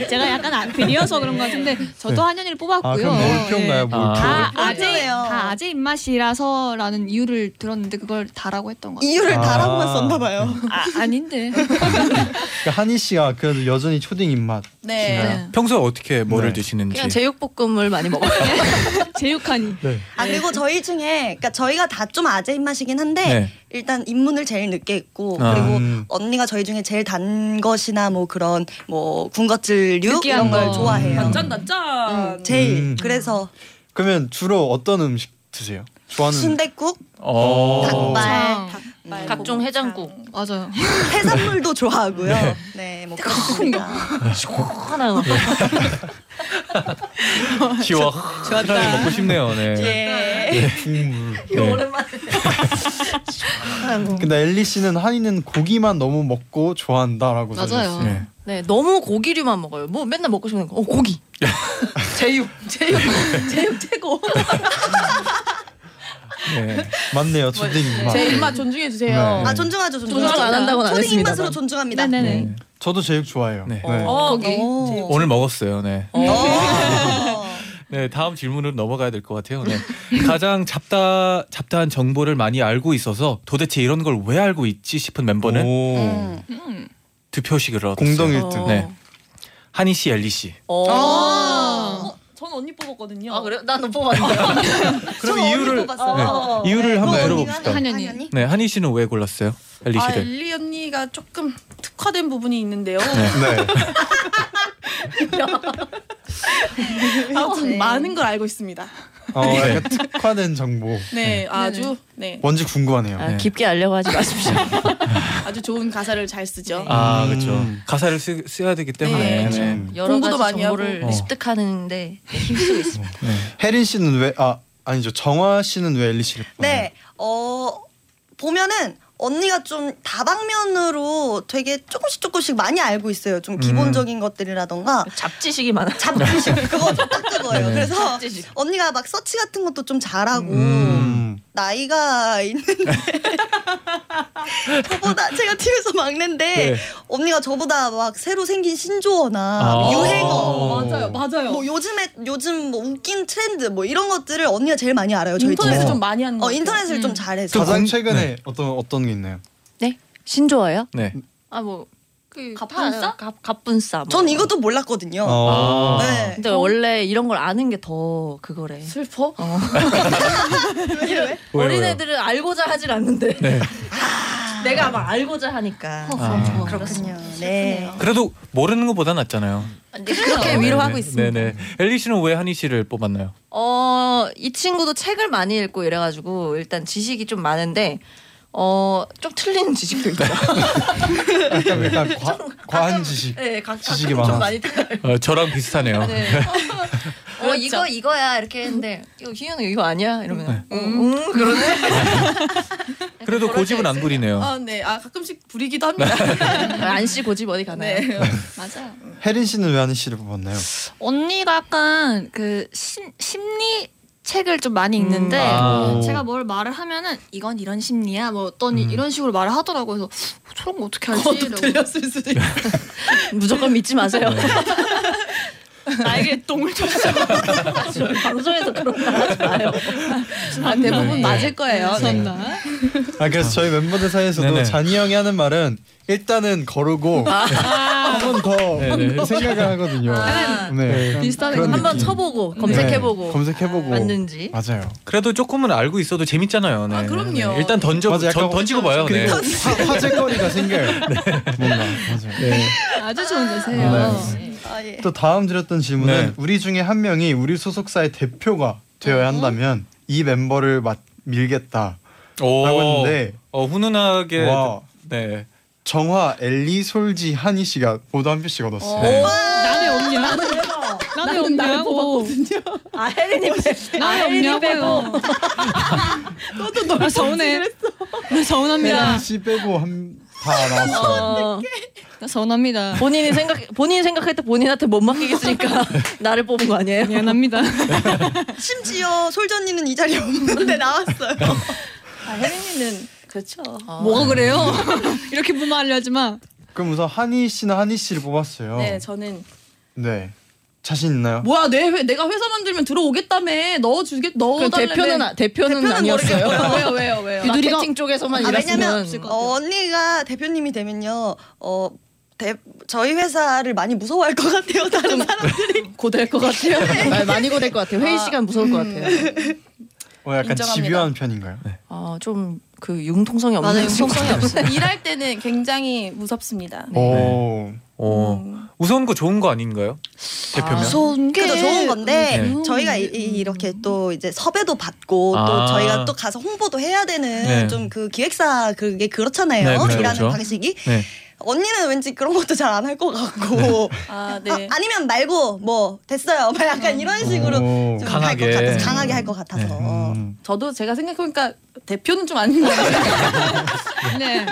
H: 제가 약간 아, 비리어서 그런 것 같은데 저도 한현이를
D: 아
H: 뽑았고요.
D: 그럼 몰표인가요?
H: 예.
D: 몰표.
B: 아.
H: 다 아재
F: 몰표네요.
H: 다 아재 입맛이라서라는 이유를 들었는데 그걸 다라고 했던 것 같아요.
F: 이유를
D: 아.
B: 네.
F: 다라고만 썼나 봐요.
H: 아 아닌데.
D: 그러니까 한희 씨가 그래도 여전히 초딩 입맛.
B: 드시나요?
F: 네.
B: 평소에 어떻게 뭐를 드시는지.
F: 그냥 제육볶음을 많이 먹어요.
H: 제육하니.
B: 네.
F: 아 그리고 저희 중에 그러니까 저희가 다 좀 아재 입맛이긴 한데
B: 네.
F: 일단 입문을 제일 늦게 했고
B: 아.
F: 그리고
B: 음.
F: 언니가 저희 중에 제일 단 것이나 뭐 그런 뭐 군것질류
E: 느끼한
F: 이런 걸
E: 거.
F: 좋아해요.
E: 단짠 단짠.
F: 음, 제일
D: 음.
F: 그래서
D: 그러면 주로 어떤 음식 드세요? 좋아하는
F: 순대국,
D: 어.
F: 닭발,
E: 각종 해장국.
H: 아, 맞아요.
F: 해산물도 좋아하고요.
D: 네.
F: 네, 뭐 그렇습니다.
E: 시원한 거.
B: 시원. <laughs> 시원하게 먹고 싶네요. 네.
F: 예.
D: 국물.
B: 네.
F: 오랜만에.
D: 근데 엘리 씨는 한이는 고기만 너무 먹고 좋아한다라고
C: 맞아요.
D: 써줬어요.
C: 네. 너무 고기류만 먹어요. 뭐 맨날 먹고 싶은 거. 어 고기. 제육, 제육, 제육 최고.
B: 네.
D: 맞네요. 초딩 입맛.
G: 제 입맛 존중해 주세요.
D: 네.
F: 아 존중하죠, 존중.
C: 존중 안 한다고는 안
F: 초딩
C: 했습니다.
F: 입맛으로 존중합니다. 어.
H: 네네네.
B: 네.
D: 저도 제육 좋아해요.
B: 네.
D: 네.
C: 어.
H: 거기.
F: 오.
B: 오늘 먹었어요. 네.
F: 오.
B: 네, 다음 질문으로 넘어가야 될 것 같아요. 네. <laughs> 가장 잡다 잡다한 정보를 많이 알고 있어서 도대체 이런 걸 왜 알고 있지 싶은 멤버는
D: 오.
F: 음.
B: 두 표씩을 얻었어요.
D: 공동 1등.
B: 네. 한희 씨, 엘리 씨.
C: 어.
I: 아.
F: 어.
G: 전 언니 뽑았거든요.
C: 아 그래요? 난너 뽑았는데.
F: 저는 언니 뽑았어요.
B: 네. 이유를 한번 들어봅시다.
H: 한현이.
B: 네, 한희 씨는 왜 골랐어요? 엘리
G: 아
B: 씨를.
G: 엘리 언니가 조금 특화된 부분이 있는데요.
D: 네.
G: 아무튼 많은 걸 알고 있습니다.
D: 어, 약간 특화된 정보.
G: 네, 아주 네
D: 뭔지 궁금하네요.
C: 아, 깊게 알려고 하지 마십시오.
G: 아주 좋은 가사를 잘 쓰죠.
H: 네.
B: 아,
D: 음.
B: 그렇죠. 가사를 쓰, 써야 되기
G: 네,
B: 때문에. 네.
C: <laughs> 여러
G: 공부도
C: 가지
G: 많이
C: 정보를
B: 하고.
C: 습득하는데
D: 혜린 씨는 왜 아 아니죠 정화 씨는 왜 엘리 씨를 뽑아요?
F: 네, 어 보면은 언니가 좀 다방면으로 되게 조금씩 조금씩 많이 알고 있어요.
B: 음.
F: 좀 기본적인 것들이라던가
E: 잡지식이 많아.
C: 네.
F: 잡지식 그거 딱 그거예요.
B: 네네.
F: 그래서
E: 잡지식.
F: 언니가 막 서치 같은 것도 좀 잘하고
D: 음.
F: 나이가 있는데 <laughs> 저보다 제가 팀에서 막내인데
B: 네.
F: 언니가 저보다 막 새로 생긴 신조어나
B: 아.
F: 유행어
B: 맞아요,
G: 맞아요.
F: 뭐 요즘에 요즘 뭐 웃긴 트렌드 뭐 이런 것들을 언니가 제일 많이 알아요. 저희
G: 인터넷을
F: 팀에서.
C: 뭐.
G: 좀 많이 하는 거.
F: 어 인터넷을
C: 음.
F: 좀 잘해서
D: 가장
B: 공-
D: 최근에
B: 네.
D: 어떤 어떤 게 있나요?
C: 네? 신조어요?
B: 네.
C: 아,
E: 아뭐그 갑분싸?
C: 갑, 갑분싸. 뭐.
F: 전 이것도 몰랐거든요.
D: 어.
B: 아.
F: 네.
C: 근데 원래 이런 걸 아는 게 더 그거래.
G: 슬퍼?
C: 어.
B: 왜요,
C: 어린
B: 왜요?
C: 애들은 알고자 하질 않는데
B: 네.
C: <laughs> 내가 아마 알고자 하니까. 어,
B: 아.
F: 그렇군요. 네.
B: 그래도 모르는 것보다 낫잖아요. 네,
C: 그렇게 위로하고 있습니다.
B: 네네. 엘리 씨는 왜 한희 씨를 뽑았나요?
C: 어, 이 친구도 책을 많이 읽고 이래가지고 일단 지식이 좀 많은데 어, 좀 틀리는 지식도 있죠.
D: 약간, 약간 과, 과한 지식.
C: 네, 각
D: 지식이
C: 가끔
D: 많아서.
C: 좀 많이 틀려요.
B: 어, 저랑 비슷하네요.
C: 네. 어, 이거
G: 그렇죠.
C: 이거야 이렇게 했는데 이거 희연아 이거 아니야 이러면
D: 네.
G: 어,
C: 음, 음 그러네.
B: <laughs> 그래도 고집은 안 부리네요.
G: 아, 네. 아, 가끔씩 부리기도 합니다.
C: 네. 아, 안씨 고집 어디 가나요?
G: 네.
H: 맞아요.
D: 혜린 씨는 왜 한희 씨를 뽑았나요?
H: 언니가 약간 그 심, 심리 책을 좀 많이
G: 음,
H: 읽는데
B: 아.
H: 제가 뭘 말을 하면은 이건 이런 심리야 뭐 어떤
B: 음.
H: 이런 식으로 말을 하더라고요. 그래서 뭐 저런 거 어떻게 알지?
G: 그것도
H: 이러고.
G: 틀렸을 수도 있고.
C: <laughs> 무조건 믿지 마세요.
D: 네.
H: 나에게 똥을 줬어.
C: <laughs> 방송에서 그런 말 하지 마요.
G: 아, 대부분 맞을 거예요. 네.
D: 아 그래서 저희 멤버들 사이에서도
B: 네네.
D: 잔이 형이 하는 말은 일단은 거르고
C: 아.
D: 한 번
B: 네네.
D: 더 <laughs> 생각을 하거든요. 네.
G: 비슷하네.
D: 그런
C: 한번
D: 느낌.
C: 쳐보고
D: 네.
C: 검색해보고
D: 검색해보고
C: 맞는지.
D: 맞아요.
B: 그래도 조금은 알고 있어도 재밌잖아요. 네.
G: 아, 그럼요.
B: 네. 일단 던져
D: 맞아, 약간
B: 전, 던지고 봐요. 네.
D: 그리고 화, 화제거리가 생겨요.
B: <laughs>
D: 뭔가 맞아요.
G: 아주 좋은 데세요.
F: 아, 예.
D: 또 다음 드렸던 질문은
B: 네.
D: 우리 중에 한 명이 우리 소속사의 대표가 되어야 한다면 이 멤버를 맞, 밀겠다.
B: 오.
D: 라고 했는데.
B: 어, 훈훈하게
D: 와
B: 네.
D: 정화, 엘리, 솔지, 한희 씨가 모두 한 표씩 얻었어요.
B: 네.
H: 남의 없냐? 남의 없냐고.
C: <laughs> 아 혜린이
H: 남의 <laughs> 없냐고. 그것도 너무 서운해. 나
D: 혜린
H: 서운합니다.
D: 네.
G: 네.
D: 씨 빼고 한, 다 나왔어요.
H: 나 서운합니다.
C: 본인이 생각 본인이 생각할 때 본인한테 못 <laughs> 맡기겠으니까 나를 뽑은 거 아니에요?
G: <laughs>
H: 미안합니다.
F: 심지어 솔전이는 이 자리에 없는데 나왔어요.
B: 네.
G: 아, 혜린이는 그렇죠.
C: 아,
H: 뭐가 그래요?
C: 음.
H: 이렇게 무마하려 지 마.
D: 그럼 우선 한희 씨는 한희 씨를 뽑았어요.
G: 네, 저는
D: 네. 자신 있나요?
G: 뭐야 내 회, 내가 회사 만들면 들어오겠다며 넣어주겠 넣어달래.
C: 대표는 아, 대표는,
F: 대표는
C: 아니었어요. <laughs>
G: 왜요 왜요 왜요.
C: 마케팅 쪽에서만
F: 아,
C: 일했으면
F: 왜냐면 어, 언니가 대표님이 되면요. 어 대- 저희 회사를 많이 무서워할 것 같아요. 다른 사람들이
I: 고될 것 같아요.
C: 아, 많이 고될 것 같아요. 음. 회의 시간 무서울 것 같아요.
D: 어, 약간
I: 인정합니다.
D: 집요한 편인가요?
C: 아, 좀 그 융통성이 없는
I: <laughs> 맞아요.
C: <laughs> 융통성이 없어요.
I: 일할 때는 굉장히 무섭습니다.
B: 오.
D: 네.
B: 오. 무서운 거 좋은 거 아닌가요? 대표면.
H: 무서운 게
F: 그래도
I: 그러니까
F: 그러니까 좋은 음, 건데
B: 네.
F: 저희가 이, 렇게또 이제 섭외도 받고
B: 아.
F: 또 저희가 또 가서 홍보도 해야 되는
B: 네.
F: 좀 그 기획사 그게 그렇잖아요.
B: 네, 그렇죠,
F: 일하는
B: 그렇죠.
F: 방식이
B: 네.
F: 언니는 왠지 그런 것도 잘 안 할 것 같고
I: 아, 네.
C: <laughs>
F: 아, 니면 말고 뭐 됐어요. 막 약간 이런 식으로
B: 오.
F: 좀 할 것
B: 강하게.
F: 같아서 강하게 할 것 같아서
D: 음.
I: 저도 제가 생각해보니까 대표는 좀
H: <laughs>
I: 아닌 것 같아요.
H: 네.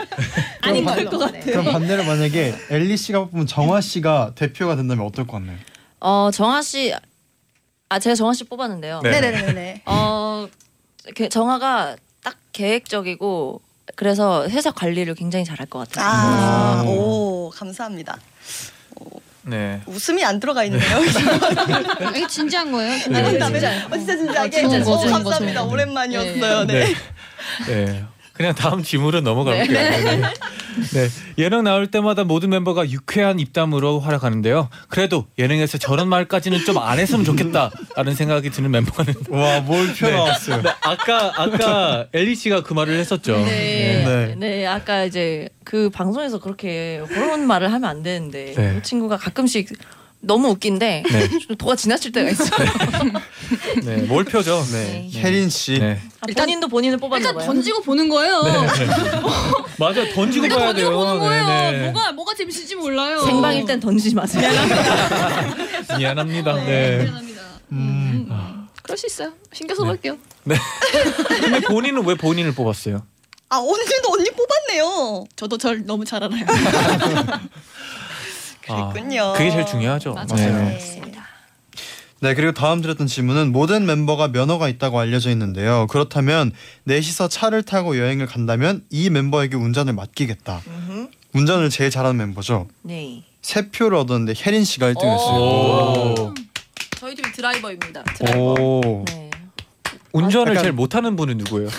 I: 아닌 걸것 같아요.
D: 그럼 반대로 만약에 엘리 씨가 뽑으면 정화 씨가 대표가 된다면 어떨 것 같나요?
C: 어, 정아 씨 아, 제가 정아 씨 뽑았는데요.
D: 네.
F: 네네네네.
C: 어, 그 정아가 딱 계획적이고 그래서 회사 관리를 굉장히 잘할 것 같아요.
F: 아, 오, 감사합니다.
B: 네.
F: 웃음이 안 들어가 있네요.
H: 이게 진지한 거예요?
F: 아니,
H: 네. 진짜.
F: 진짜, 어, 진짜 진지하게.
H: 진짜,
F: 어,
H: 진짜.
F: 감사합니다. 오랜만이었어요. 네.
B: 네. 네. 그냥 다음 질문으로 넘어갈게요. 네. 네. 예능 나올 때마다 모든 멤버가 유쾌한 입담으로 활약하는데요. 그래도 예능에서 저런 말까지는 좀 안 했으면 좋겠다라는 생각이 드는 멤버는
D: 와, 뭘 펴나왔어요.
B: 네. 아까 아까 엘리 씨가 그 말을 했었죠.
C: 네.
D: 네.
C: 네. 아까 이제 그 방송에서 그렇게 그런 말을 하면 안 되는데
B: 네.
C: 이 친구가 가끔씩 너무 웃긴데
B: 네.
C: 좀 <laughs> 도가 지나칠 때가 있어. 요
B: 네. 몰표죠. 네.
D: 혜린 씨.
B: 네.
C: 본인도 본인을 뽑았나
H: 일단
I: 네.
C: 봐요.
H: 던지고 보는 거예요.
B: 맞아. 던지고
H: 일단
B: 봐야 네. 돼요.
H: 던지고 보는 거예요.
B: 네, 네.
H: 뭐가 뭐가 재밌을지 몰라요.
C: 생방일 땐 던지지 마세요.
B: 미안합니다. 네.
H: 미안합니다.
D: 음.
H: 그럴 수 있어요. 신경 써볼게요.
B: 근데 본인은 왜 본인을 뽑았어요?
F: 아, 언니도 언니 뽑았네요.
I: 저도 절 너무 잘 알아요.
B: 아,
F: 그랬군요.
B: 그게 제일 중요하죠.
H: 맞아요.
B: 네.
D: 네, 그리고 다음 드렸던 질문은 모든 멤버가 면허가 있다고 알려져 있는데요. 그렇다면 넷이서 차를 타고 여행을 간다면 이 멤버에게 운전을 맡기겠다. 운전을 제일 잘하는 멤버죠.
C: 네.
D: 세 표를 얻었는데 혜린 씨가 1등했어요.
B: 오.
I: 저희 팀이 드라이버입니다.
D: 오.
C: 네.
B: 운전을
D: 약간-
B: 제일 못하는 분은 누구예요?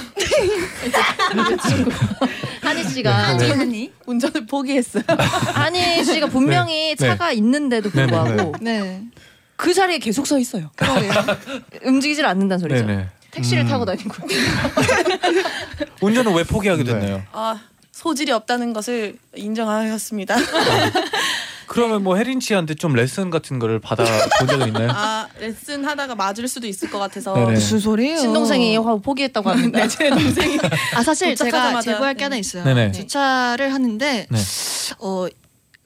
C: 한희 씨가
H: 하니?
I: 운전을 포기했어요.
C: 한희 씨가 분명히
B: 네.
C: 차가 있는데도 불구하고
D: 네.
I: 네.
C: 그 자리에 계속 서 있어요. 네. 움직이질 않는다는 소리죠.
B: 네,
D: 택시를 타고
C: 다니고.
B: 운전은 왜 포기하게
D: 네.
B: 됐나요?
I: 아 소질이 없다는 것을 인정하였습니다.
B: 그러면 뭐 혜린 씨한테 좀 레슨 같은 거를 받아 본 적은 있나요?
I: 아 레슨 하다가 맞을 수도 있을 것 같아서
B: 네네.
H: 무슨 소리예요?
C: 신동생이 하고 포기했다고 합니다.
I: 제 동생이
H: 아 사실 제가
I: 도착하자마자-
H: 제보할 게
I: 네.
H: 하나 있어요.
B: 네네.
H: 주차를 하는데
B: 네.
H: 어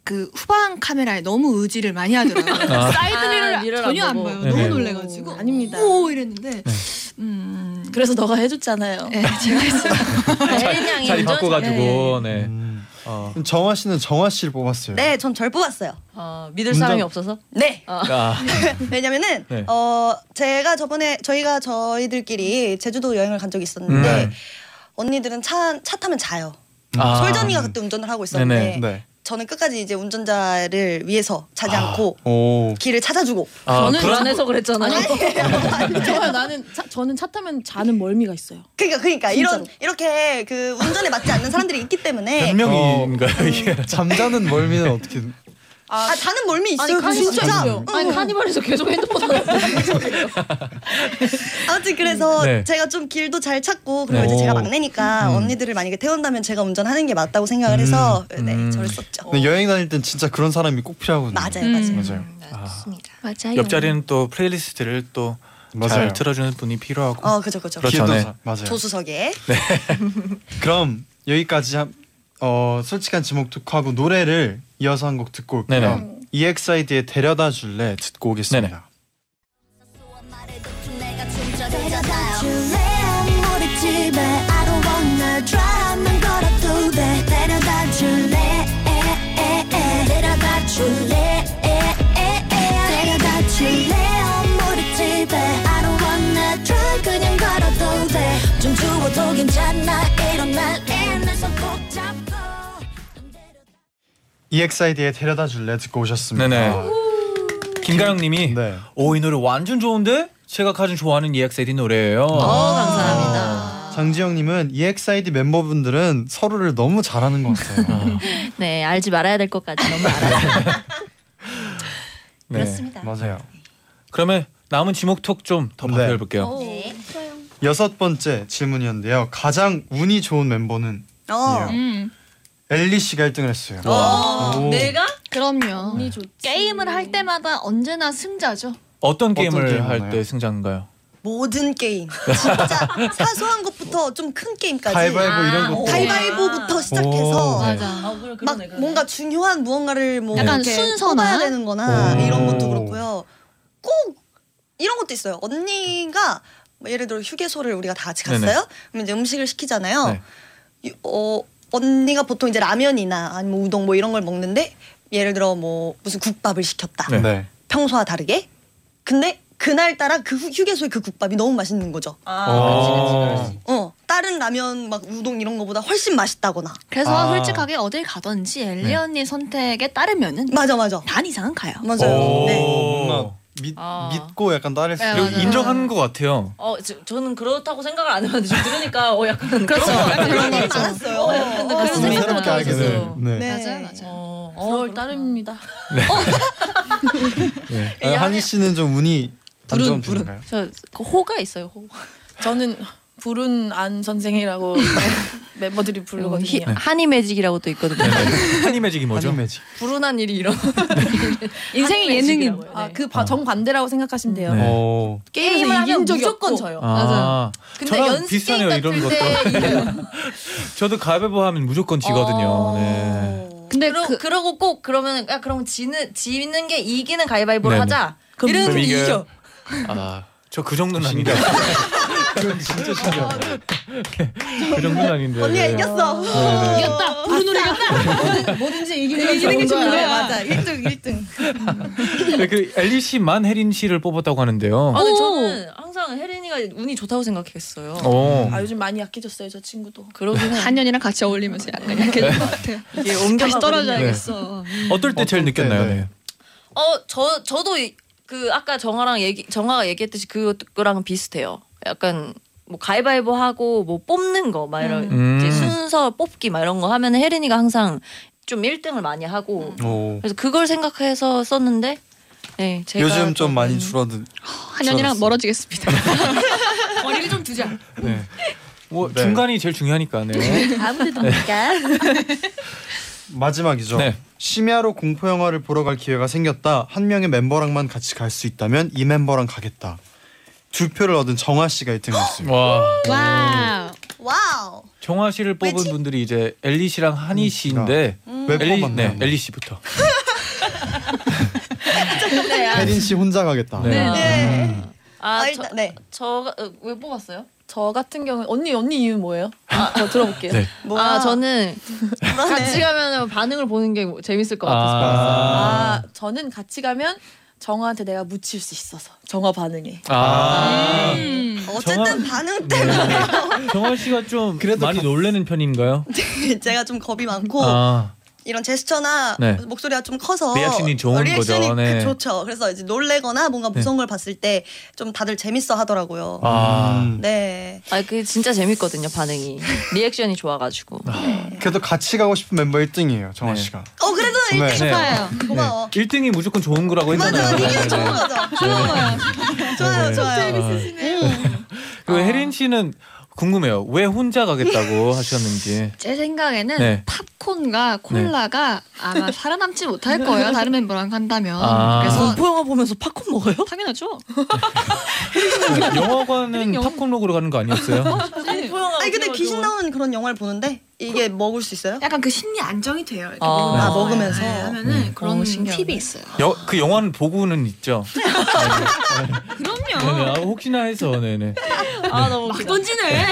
H: 그 후방 카메라에 너무 의지를 많이 하더라고요.
B: 아.
H: 사이드미러를
C: 아, 미러를
H: <laughs> 전혀
C: 안
H: 안
C: 보고.
H: 봐요.
B: 네네.
H: 너무 놀래가지고
I: 오, 아닙니다.
H: 오 이랬는데
B: 네.
C: 네.
H: 음
I: 그래서 너가
C: <laughs>
I: 해줬잖아요.
H: 네, 제가 했어요.
C: 혜린 양이
B: 자리
C: 운전.
B: 바꿔가지고 네.
D: 음.
B: 어.
D: 그럼 정화 씨는 정화 씨를 뽑았어요.
F: 네, 전 절 뽑았어요.
C: 어, 믿을 사람이
D: 운전-
C: 없어서.
F: 네.
B: 아,
F: <laughs> 왜냐면은
B: 네.
F: 어 제가 저번에 저희가 저희들끼리 제주도 여행을 간 적이 있었는데
B: 음.
F: 언니들은 차, 차 타면 자요.
B: 아.
F: 솔전이가 그때 운전을 하고 있었는데
B: 네네.
D: 네.
F: 저는 끝까지 이제 운전자를 위해서 자지 않고
D: 아, 오.
F: 길을 찾아주고 <laughs>
B: 아
C: 저는
B: 그런
C: 불안해서 그랬잖아요.
I: 정말 나는 차, 저는 차 타면 자는 멀미가 있어요.
F: 그러니까 그러니까 이런
I: 진짜로.
F: 이렇게 그 운전에 맞지 않는 사람들이 있기 때문에
B: 몇 명인가요 이게?
D: 잠자는 멀미는 어떻게?
F: 아 자는 멀미 있어요.
I: 아니,
F: 진짜.
I: 진짜요?
C: 음.
F: 응.
C: 아니 카니발에서 계속 핸드폰 하고
F: 아무튼 그래서
B: 네.
F: 제가 좀 길도 잘 찾고 그리고
B: 네.
F: 이제 제가
B: 오. 음.
F: 막내니까 언니들을 만약에 태운다면 제가 운전하는 게 맞다고 생각을 해서 네
B: 음.
F: 저를
I: 어.
F: 썼죠.
D: 근데 여행 다닐 땐 진짜 그런 사람이 꼭 필요하거든요.
F: 맞아요, 맞아요.
B: 음.
D: 맞아요.
I: 음.
C: 맞습니다.
H: 맞아요.
B: 옆자리는 또 플레이리스트를 또
D: 맞아요.
B: 잘 들어주는 분이 필요하고.
F: 어 그죠 그죠.
B: 그렇죠.
D: 기도사.
B: 네.
D: 맞아요.
F: 조수석에
D: 그럼 여기까지 한, 어 솔직한 지목 듣고하고 노래를 이어서 한 곡 듣고 올게요.
B: 네네.
D: EXID의 데려다 줄래 듣고 오겠습니다.
B: 네네.
J: 소원 말해도 좀 내가 진짜 데려다 줄래 아무리 집에 I don't wanna drive만 걸어도 돼 데려다 줄래 에, 에, 에. 데려다 줄래 에, 에, 에. 데려다 줄래 아무리 집에 I don't wanna drive 그냥 걸어도 돼좀 주워도 괜찮아 이런 날에 내 손꼭 잡고
D: EXID의 데려다 줄래 듣고 오셨습니다.
B: 네네. 김가영님이
D: 네.
B: 오 이 노래 완전 좋은데 제가 가장 좋아하는 EXID 노래예요. 네.
C: 어 감사합니다.
D: 장지영님은 EXID 멤버분들은 서로를 너무 잘하는 것 같아요.
C: <laughs> 네 알지 말아야 될 것까지 <laughs> 너무 알아요.
B: 네.
C: 그렇습니다.
D: 맞아요.
B: 그러면 남은 지목 톡 좀 더 발표해 볼게요.
C: 어?
J: 네.
D: 여섯 번째 질문이었는데요. 가장 운이 좋은 멤버는
B: 네.
J: 어.
D: 엘리 씨가 1등을 했어요. 오.
C: 네
H: 그럼요. 게임을 할 때마다 언제나 승자죠.
B: 네. 어떤 게임을
D: 게임
B: 할
D: 하나요?
B: 때 승자인가요?
F: 모든 게임 진짜 사소한 것부터 좀 큰 게임까지
B: 네.
F: 아.
B: 가위바위보 이런 것도.
F: 가위바위보부터 시작해서
B: 오, 네.
J: 맞아.
F: 막 뭔가 중요한 무언가를 뭐
H: 약간
F: 이렇게
H: 순서나?
F: 뽑아야 되는거나
J: 오.
F: 이런 것도 그렇고요 꼭 이런 것도 있어요 언니가 뭐 예를 들어 휴게소를 우리가 다 같이 갔어요
J: 네네. 네.
F: 그럼 이제 음식을 시키잖아요 이- 어, 언니가 보통 이제 라면이나 아니면 우동 뭐 이런 걸 먹는데 예를 들어 뭐 무슨 국밥을 시켰다
J: 네.
F: 평소와 다르게 근데 그날따라 그 휴- 휴게소의 그 국밥이 너무 맛있는 거죠
C: 아.
D: 아.
F: 어 다른 라면 막 우동 이런 거보다 훨씬 맛있다거나
H: 그래서 솔직하게 어딜 가든지 엘리
F: 네.
H: 언니 선택에 따르면은
F: 맞아 맞아
H: 반 이상은 가요.
F: 네.
D: 오, 뭔가 믿, 네. 믿고 약간 따를 수
E: 네,
B: 그리고
E: 맞아요.
B: 인정하는 것 같아요.
E: 어, 저, 저는 그렇다고 생각을 안 해봤는데 지금 들으니까 어 약간 그렇죠.
F: 그런 일이 많았어요.
E: 어, 약간
F: 어,
E: 그런 생각
D: 새롭게 알게 되는. 네.
I: 맞아요, 맞아요. 어, 부러울 따름입니다.
D: 네. 아, 한희 씨는 좀 운이 안 좋은 편인가요?
I: 저그 호가 있어요. 호. 저는 불운 안 선생이라고 멤버들이 부르거든요.
C: 한이 매직이라고 또 있거든요.
B: 네. <laughs> 한이 매직이 뭐죠?
I: 불운한 일이 이런.
G: 인생의 예능인.
I: 네.
C: 네.
I: 아그 정반대라고 생각하시면
C: 음.
I: 돼요.
B: 어.
D: 오.
I: 게임을 하면 무조건
G: 져요.
B: 네. 아,
I: 근데
B: 저랑
I: 연습
B: 비슷하네요
I: 게임
B: 이런 것도.
I: 같을
B: <laughs> 저도 가위바위보 하면 무조건 지거든요. 네.
C: 근데 그러, 그러고 꼭 아, 그러면 야 그럼 지는 지는 게 이기는 가위바위보를
B: 네네.
C: 하자.
B: 음, 그럼
C: 이러는
B: 그럼
C: 게
B: 이겨요?
C: 이겨.
B: 아, 저 그 정도는 아닌데. <laughs> 그건 진짜 신기하다. <laughs> 그 정도는 아닌데.
J: 언니가
B: 네.
J: 이겼어.
B: 네, 네.
J: 이겼다. 부른 노래 이겼다.
I: 뭐든지
J: 이기는 게 좋은 거야.
I: 그 맞아. 1등 1등.
B: 네, 그 엘리 씨만 혜린 씨를 뽑았다고 하는데요.
I: 아, 근데
C: 저는 항상 혜린이가 운이 좋다고 생각했어요.
B: 오.
I: 아 요즘 많이 약해졌어요 저 친구도.
C: 그러긴 해.
H: 한연이랑 같이 어울리면서 약간 약해진 것 같아요.
C: 이게 옮겨
H: 다시 떨어져야겠어.
B: 어떨 때 제일 느꼈나요? 네.
C: 어, 저 저도 이- 그 아까 정아랑 얘기 정아가 얘기했듯이 그거랑 비슷해요. 약간 뭐 가위바위보 하고 뭐 뽑는 거 막 이런
J: 음.
C: 이제
J: 음.
C: 순서 뽑기 막 이런 거 하면 혜린이가 항상 좀 1등을 많이
I: 음.
C: 하고
D: 오.
C: 그래서 그걸 생각해서 썼는데 네, 제가
D: 요즘 좀 많이 줄어든.
C: 한연이랑
H: 멀어지겠습니다. 머리를 좀 두자.
B: 네. 뭐 중간이 제일 중요하니까.
C: <laughs>
B: 네.
C: 아무데도
D: 못
C: 가.
I: 그러니까.
D: 마지막이죠.
B: 네.
D: 심야로 공포 영화를 보러 갈 기회가 생겼다. 한 명의 멤버랑만 같이 갈 수 있다면 이 멤버랑 가겠다. 두 표를 얻은 정아 씨가 1등했어요.
B: 와.
H: 와우.
F: 와우.
B: 정화 씨를 뽑은 분들이 이제 엘리 씨랑 한희 씨인데
F: 음.
D: 왜
B: 엘리,
D: 뽑았나요?
B: 네, 엘리 씨부터.
D: 혜린 씨 혼자 가겠다.
B: 네.
C: <laughs> 아, 저,
F: 네.
C: 저가 어, 왜 뽑았어요?
I: 저 같은 경우 언니 언니 이유 뭐예요? 저 들어볼게요.
B: 네.
C: 아
I: <laughs>
C: 저는 같이 가면 반응을 보는 게 재밌을
F: 뭐
C: 것 같아서
I: 아.
C: 뽑았어요.
I: 아 저는 같이 가면 정화한테 내가 묻힐 수 있어서 정화 반응에.
B: 아.
F: 어쨌든
B: 정아-
F: 반응
B: 정화 씨가 좀 많이 놀래는 편인가요?
F: 때문에 <laughs> 제가 좀 겁이 많고
B: 네. 아.
F: 이런 제스처나
B: 네.
F: 목소리가 좀 커서
B: 리액션이 좋은
F: 어, 리액션이
B: 거죠. 네.
F: 그- 좋죠. 그래서 이제 놀래거나 뭔가 무서운 걸 봤을 때 좀 다들 재밌어 하더라고요.
D: 음.
B: 아.
F: 네.
C: 아 그 진짜 재밌거든요 반응이 리액션이 좋아가지고
D: 그래도 같이 가고 싶은 member 1등이에요,
B: 네.
D: 정아 씨가.
F: 어 그래도
D: 정말.
B: 일등 축하해요.
F: 고마워.
B: 네. 1등이 무조건 좋은 거라고 했잖아요. 네, 네.
F: 좋아요,
B: 네.
F: 좋아요. 아.
B: 아. 그 혜린 씨는 궁금해요. 왜 혼자 가겠다고
F: <laughs>
B: 하셨는지.
H: 제 생각에는
B: 네.
H: 팝콘과 콜라가 아마 살아남지 못할 거예요. 다른 멤버랑 간다면.
B: 아. 공포
C: 영화 보면서 팝콘 먹어요?
H: 당연하죠.
B: 그러니까 영화관은 팝콘 먹으러 가는 거 <laughs> 아니었어요?
F: 아니 근데 귀신 나오는 그런 영화를 보는데 이게 먹을 수 있어요?
H: 약간 그 심리 안정이 돼요. 이렇게
B: 아. 먹으면서.
F: 아, 먹으면서
H: 하면은 그런
F: 신기하네.
H: 음. 팁이 있어요.
B: 여, 그 영화는 보고는 있죠.
H: 그럼요.
B: 네네. 아, 혹시나 해서 네네. <laughs>
C: 아 너무
H: 막 던지네.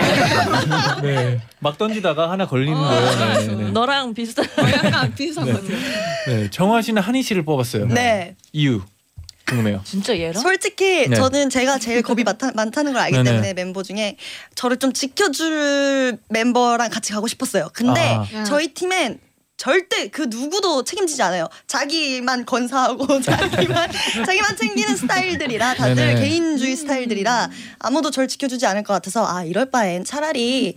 B: 네. 막 던지다가 하나 걸리는 거예요. 네네.
C: 너랑 비슷한
H: 약간 비슷한
B: 네. 네. 정화 씨는 한희 씨를 뽑았어요.
F: 네.
B: 이유 궁금해요.
C: 진짜 얘랑?
F: 솔직히
B: 네.
F: 저는 제가 제일 겁이 많다, 많다는 걸 알기
B: 네네.
F: 때문에 멤버 중에 저를 좀 지켜줄 멤버랑 같이 가고 싶었어요. 근데
C: 음.
J: 아.
F: 저희 팀엔 절대 그 누구도 책임지지 않아요. 자기만 건사하고 <laughs> 자기만 자기만 챙기는 스타일들이라 다들
J: 네네.
C: 음.
F: 개인주의 스타일들이라 아무도 절 지켜주지 않을 것 같아서 아 이럴 바엔 차라리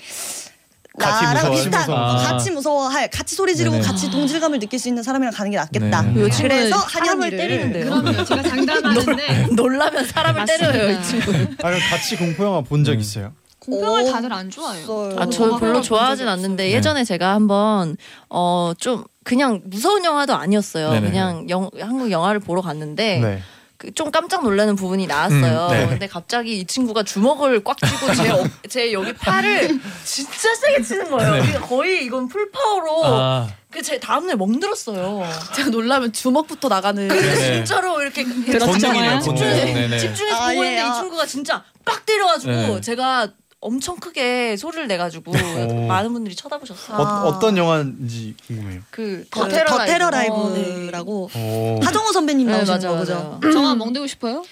J: 같이
F: 나랑
J: 무서워할-
F: 비슷한
J: 같이 무서워. 아.
F: 어, 같이 무서워할 같이 소리 지르고
J: 네네.
F: 같이 동질감을 느낄 수 있는 사람이랑 가는 게 낫겠다.
J: 네.
C: 요 친구는
F: 그래서
C: 음. 사람을
F: 한현이를
C: 때리는데요.
F: 그럼요.
H: 제가 장담하는데
C: <laughs> 놀라면 사람을 때려요 이 친구.
D: 아 그럼 같이 공포 영화 본
B: 네.
D: 적 있어요?
H: 공평을 다들 안 좋아해요.
C: 아, 저 별로 좋아하진
J: 네.
C: 않는데 예전에 제가 한번 어 좀 그냥 무서운 영화도 아니었어요.
J: 네네.
C: 그냥 영, 한국 영화를 보러 갔는데
J: 네.
C: 그 좀 깜짝 놀라는 부분이 나왔어요.
J: 음, 네.
C: 근데 갑자기 이 친구가 주먹을 꽉 쥐고 제,
J: <laughs>
C: 어, 제 여기 팔을 진짜 세게 치는 거예요.
J: 네.
C: 그러니까 거의 이건 풀
B: 어.
C: 파워로
J: 아.
C: 그 제 다음날 멍들었어요.
I: 제가 놀라면 주먹부터 나가는.
H: <laughs>
C: 근데
J: 네.
C: 진짜로 이렇게
J: 전쟁이네요, 전쟁.
C: 집중해서,
J: 네네.
C: 집중해서
J: 아,
C: 보고
J: 예,
C: 있는데
J: 아.
C: 이 친구가 진짜 빡 때려가지고
D: 네.
C: 제가 엄청 크게 소리를 내가지고
D: 오.
C: 많은 분들이 쳐다보셨어요. 네.
D: 어, 어떤 영화인지 궁금해요.
C: 그더
F: 네, 더 테러, 어, 라이브라고
D: 오.
F: 하정우 선배님
C: 네,
F: 나오시는
C: 맞아요,
F: 거 그죠?
H: 정아 멍들고 싶어요?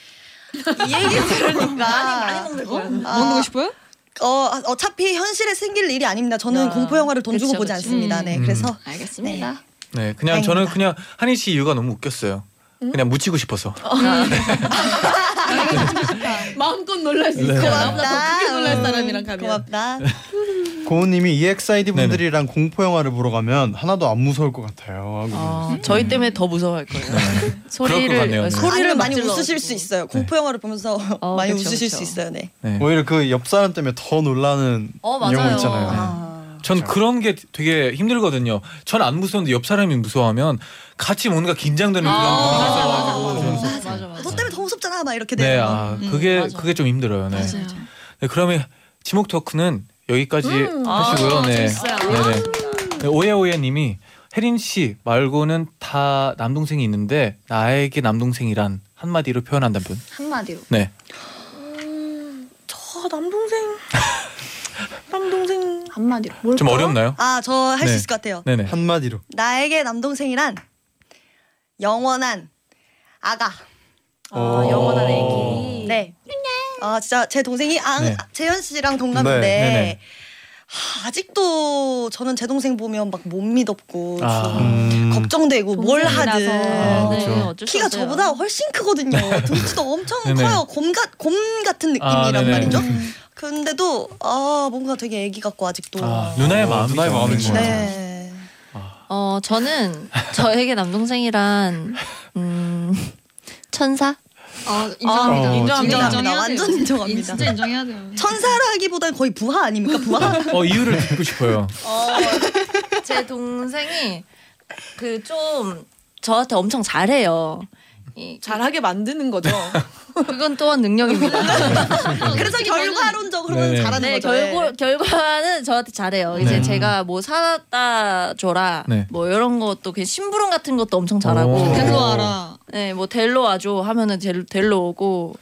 F: 이 얘기 들으니까
H: 많이
F: 먹는
H: 거예요.
F: 아,
H: 먹는 거 싶어요?
F: 어 어차피 현실에 생기는 일이 아닙니다. 저는 공포 영화를 돈 주고 보지 않습니다. 네, 그래서
H: 음. 알겠습니다.
B: 네, 그냥 저는 그냥 한희 씨 이유가 너무 웃겼어요. 그냥 묻히고 싶어서.
I: 마음껏 놀랄 수
B: 네.
I: 있어.
C: 아,
I: 나보다 더
F: 고맙다.
I: 크게 놀랄
F: 음,
I: 사람이랑 가면.
F: 고맙다.
D: 고은님이 EXID 분들이랑 공포 영화를 보러 가면 하나도 안 무서울 것 같아요. 하고
C: 아, 저희 때문에 더 무서워할 거예요.
J: 네.
D: 그럴 것
C: 소리를
D: 같네요, 네.
F: 소리를
C: 소리를
F: 많이
C: 찔러.
F: 웃으실 수 있어요. 공포 영화를 보면서 <laughs> 많이
C: 그쵸,
F: 웃으실
C: 그쵸.
F: 수 있어요. 네.
D: 오히려 그 옆 사람 때문에 더 놀라는
C: 어, 맞아요.
D: 영화 있잖아요.
B: 전 그런 게 되게 힘들거든요. 전 안 무서운데 옆 사람이 무서워하면 같이 뭔가 긴장되는 그런
F: 아, 너 때문에 더 무섭잖아. 막 이렇게
B: 아, 네,
F: 돼요.
B: 아,
F: 음.
B: 그게 그게 좀 힘들어요. 네. 네, 그러면 지목 토크는 여기까지
C: 음.
B: 하시고요.
C: 아,
B: 네.
C: 재밌어요.
B: 네네. 네, 오해오해님이 혜린 씨 말고는 다 남동생이 있는데 나에게 남동생이란 한마디로 표현한다면.
H: 한마디로.
B: 네.
I: 저 남동생. 남동생
H: 한마디로.
B: 좀 어렵나요?
F: 아, 저 할 수
B: 네.
F: 있을 것 같아요.
B: 네네.
D: 한마디로.
F: 나에게 남동생이란 영원한 아가.
D: 아,
F: 영원한
B: 어.
F: 애기. 네. 아 진짜 제 동생이 아,
J: 네.
F: 재현 씨랑
J: 네,
F: 동갑인데
J: 네, 네.
F: 하, 아직도 저는 제 동생 보면 막 못 믿었고 좀
J: 아.
D: 음.
F: 걱정되고 뭘 하든
J: 동생이라서. 아, 네, 그쵸. 어쩔
F: 키가 저보다 훨씬 크거든요. 등치도 엄청
J: 네네.
F: 커요. 곰같 곰 같은
B: 아,
F: 느낌이란
B: 네네.
F: 말이죠.
J: 음.
F: 근데도 아 뭔가 되게 애기 같고 아직도
B: 아,
J: 네.
B: 누나의 마음이
D: 누나의 마음인 거예요.
F: 네.
C: 어 저는 저에게 남동생이란 음 천사.
H: 아
F: 인정합니다. 어, 인정합니다.
H: 인정해야
F: 완전
H: 돼요.
F: 인정합니다.
H: 인- 진짜 인정해야 돼요.
F: 천사라기보단 거의 부하 아닙니까
B: <laughs>
F: 부하?
B: 어 이유를 듣고 싶어요.
C: 제 동생이 그 좀 저한테 엄청 잘해요. 잘하게 만드는 거죠. 그건 또한 능력입니다.
H: 아,
F: 그래서 결과론적으로는
B: 네네.
F: 잘하는
C: 네,
F: 거죠.
C: 결과, 결과는 저한테 잘해요. 이제
B: 네.
C: 제가 뭐 사다 줘라,
B: 네.
C: 뭐 이런 것도 그냥 심부름 같은 것도 엄청 잘하고.
B: 오. 데리러
H: 와라.
C: 네, 뭐 데리러 와줘 하면은 데- 데리러 오고,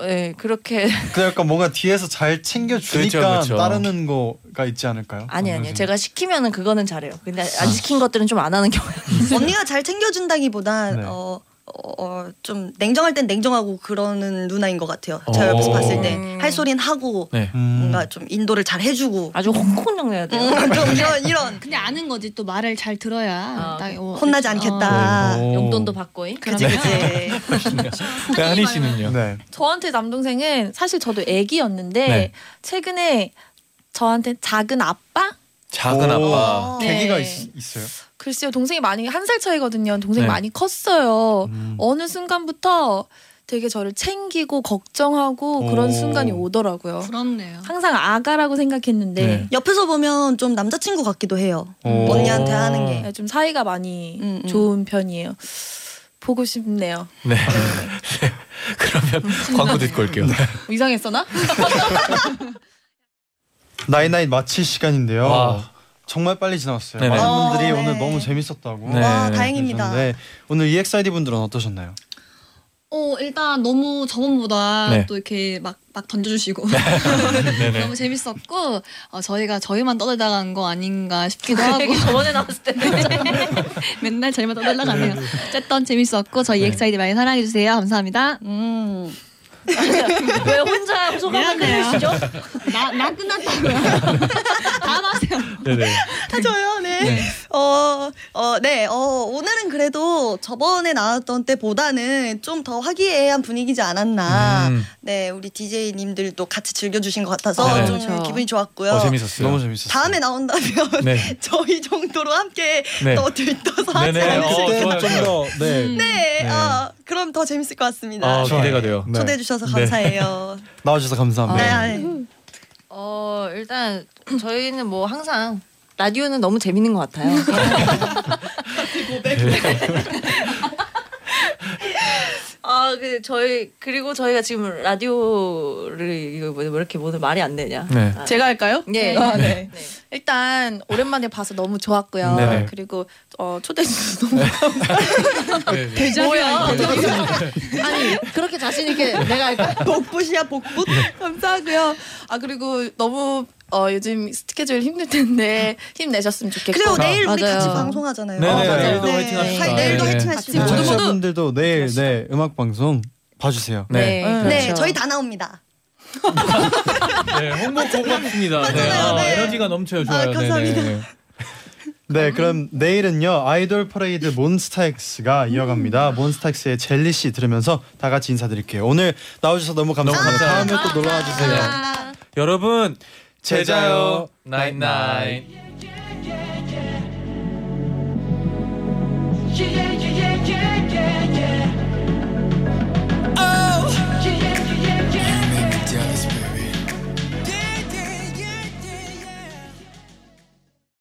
C: 네,
B: <laughs>
C: 그렇게.
D: 그 약간 뭔가 뒤에서 잘 챙겨주니까
B: 그렇죠, 그렇죠.
D: 따르는 거가 있지 않을까요?
C: 아니
B: 음.
C: 아니요, 제가 시키면은 그거는 잘해요. 근데
B: 아.
C: 안 시킨 것들은 좀 안 하는 경우예요.
F: 언니가 잘 챙겨준다기보다
C: 네.
F: 어, 어, 어, 좀 냉정할 땐 냉정하고 그러는 누나인 것 같아요. 제가
J: 오.
F: 옆에서 봤을 때
D: 음.
F: 할 소린 하고
J: 네.
F: 뭔가 좀 인도를 잘 해주고
C: 아주 네. 홍콩형 내야
F: 돼요. 좀 이런 이런
H: 근데 아는 거지 또 말을 잘 들어야 딱, 어,
F: 혼나지
H: 어.
F: 않겠다.
B: 네. 오. 용돈도
C: 받고 잉?
F: 그지 그지.
B: 네, 한희 씨는요.
D: 네.
I: 저한테 남동생은 사실 저도 애기였는데
B: 네.
I: 최근에 저한테 작은 아빠?
B: 작은
D: 오,
F: 어,
B: 아빠.
D: 계기가
I: 네.
D: 있, 있어요?
I: 글쎄요 동생이 많이 한 살 차이거든요. 동생이
B: 네.
I: 많이 컸어요.
B: 음.
I: 어느 순간부터 되게 저를 챙기고 걱정하고 그런
F: 오.
I: 순간이 오더라고요.
H: 부럽네요.
I: 항상 아가라고 생각했는데
F: 네. 옆에서 보면 좀 남자친구 같기도 해요.
D: 어.
I: 오.
F: 언니한테 하는 게.
I: 네, 좀 사이가 많이
C: 음,
I: 좋은 편이에요. 보고 싶네요.
B: 네. <laughs> 네. 그러면 광고 듣고 올게요.
I: 이상했어 나?
D: 나이나이 마칠 시간인데요.
B: 와.
D: 정말 빨리 지나갔어요.
B: 네네.
D: 많은 분들이
F: 어, 네.
D: 오늘 너무 재밌었다고.
B: 네. 와,
F: 다행입니다.
D: 네. 오늘 EXID 분들은 어떠셨나요?
H: 어 일단 너무 저번보다
D: 네.
H: 또 이렇게 막 막 던져주시고
B: 네네.
H: 너무 재밌었고 어, 저희가 저희만 떠들다 간 거
F: <laughs>
H: 아닌가
I: 뭐
H: 싶기도
C: <laughs>
H: 하고
C: 얘기 저번에
I: <laughs>
C: 나왔을 때
H: 맨날 저희만 떠들다 가네요. 네. 어쨌든 재밌었고 저희 EXID 많이 사랑해 주세요. 감사합니다. 음.
C: 왜 혼자 호소감을
H: 미안해요.
C: 내시죠?
H: 나, 나 <laughs> 끝났다고요. 다음 하세요.
B: 네네.
F: 저요, 네. 네. 어, 어, 네. 어, 오늘은 그래도 저번에 나왔던 때보다는 좀 더 화기애애한 분위기지 않았나.
D: 음.
F: 네, 우리 DJ님들도 같이 즐겨주신 것 같아서
D: 네.
F: 좀
D: 그렇죠.
F: 기분이 좋았고요.
D: 어, 재밌었어요. 너무 재밌었어요.
F: 다음에 나온다면
D: 네.
F: <laughs> 저희 정도로 함께
D: 네.
F: 또 들떠서 하지
B: 네네. 어, 좋아요,
F: 않으실까.
B: 좋아요. 네.
D: 음.
F: 네,
B: 네.
F: 어, 그럼 더 재밌을 것 같습니다.
B: 아, 기대가 돼요. 네.
F: 초대해 주셔서
B: 네.
F: 감사해요.
D: 나와주셔서 감사합니다.
F: 네.
C: 어 일단 저희는 뭐 항상 라디오는 너무 재밌는 것 같아요. 아, 그 저희 그리고 저희가 지금 라디오를 이거 뭐 이렇게 뭐든 말이 안 되냐?
B: 네.
C: 아,
G: 제가
I: 어?
G: 할까요?
C: 예.
G: 아, 네. 일단 오랜만에 봐서 너무 좋았고요.
B: 네네. 네.
G: 그리고 어, 초대해 주셔서 너무 감사합니다.
C: 뭐야?
G: <laughs> 아니 그렇게 자신 있게 내가 할까?
F: 네.
G: 복붙이야 복붙.
B: 네.
G: 감사하고요. 아 그리고 너무 어, 요즘 스케줄 힘들 텐데 힘 내셨으면 좋겠고.
B: 네.
F: 그리고 내일 우리
G: 맞아요.
F: 같이 방송하잖아요.
D: 네네,
F: 맞아요.
D: 내일도
F: 네.
D: 화이팅 합시다.
F: 하- 내일도
D: 네.
F: 화이팅 하시죠.
D: 청취자분들도 내일 네 음악 방송 봐주세요.
F: 네,
C: 그렇죠.
F: 네, 저희 다 나옵니다.
B: 네, 홍보 고맙습니다. 네. 아, 에너지가 넘쳐요. 좋아요.
D: 감사합니다.
B: 네, 네, 네.
D: 네, 그럼 내일은요 아이돌 퍼레이드 몬스타엑스가 이어갑니다. 몬스타엑스의 젤리 씨 들으면서 다 같이 인사드릴게요. 오늘 나와주셔서 너무 감사합니다. 다음에 또 놀러와 주세요.
B: 여러분
D: 제자요.
B: 나잇나잇.
J: Yeah.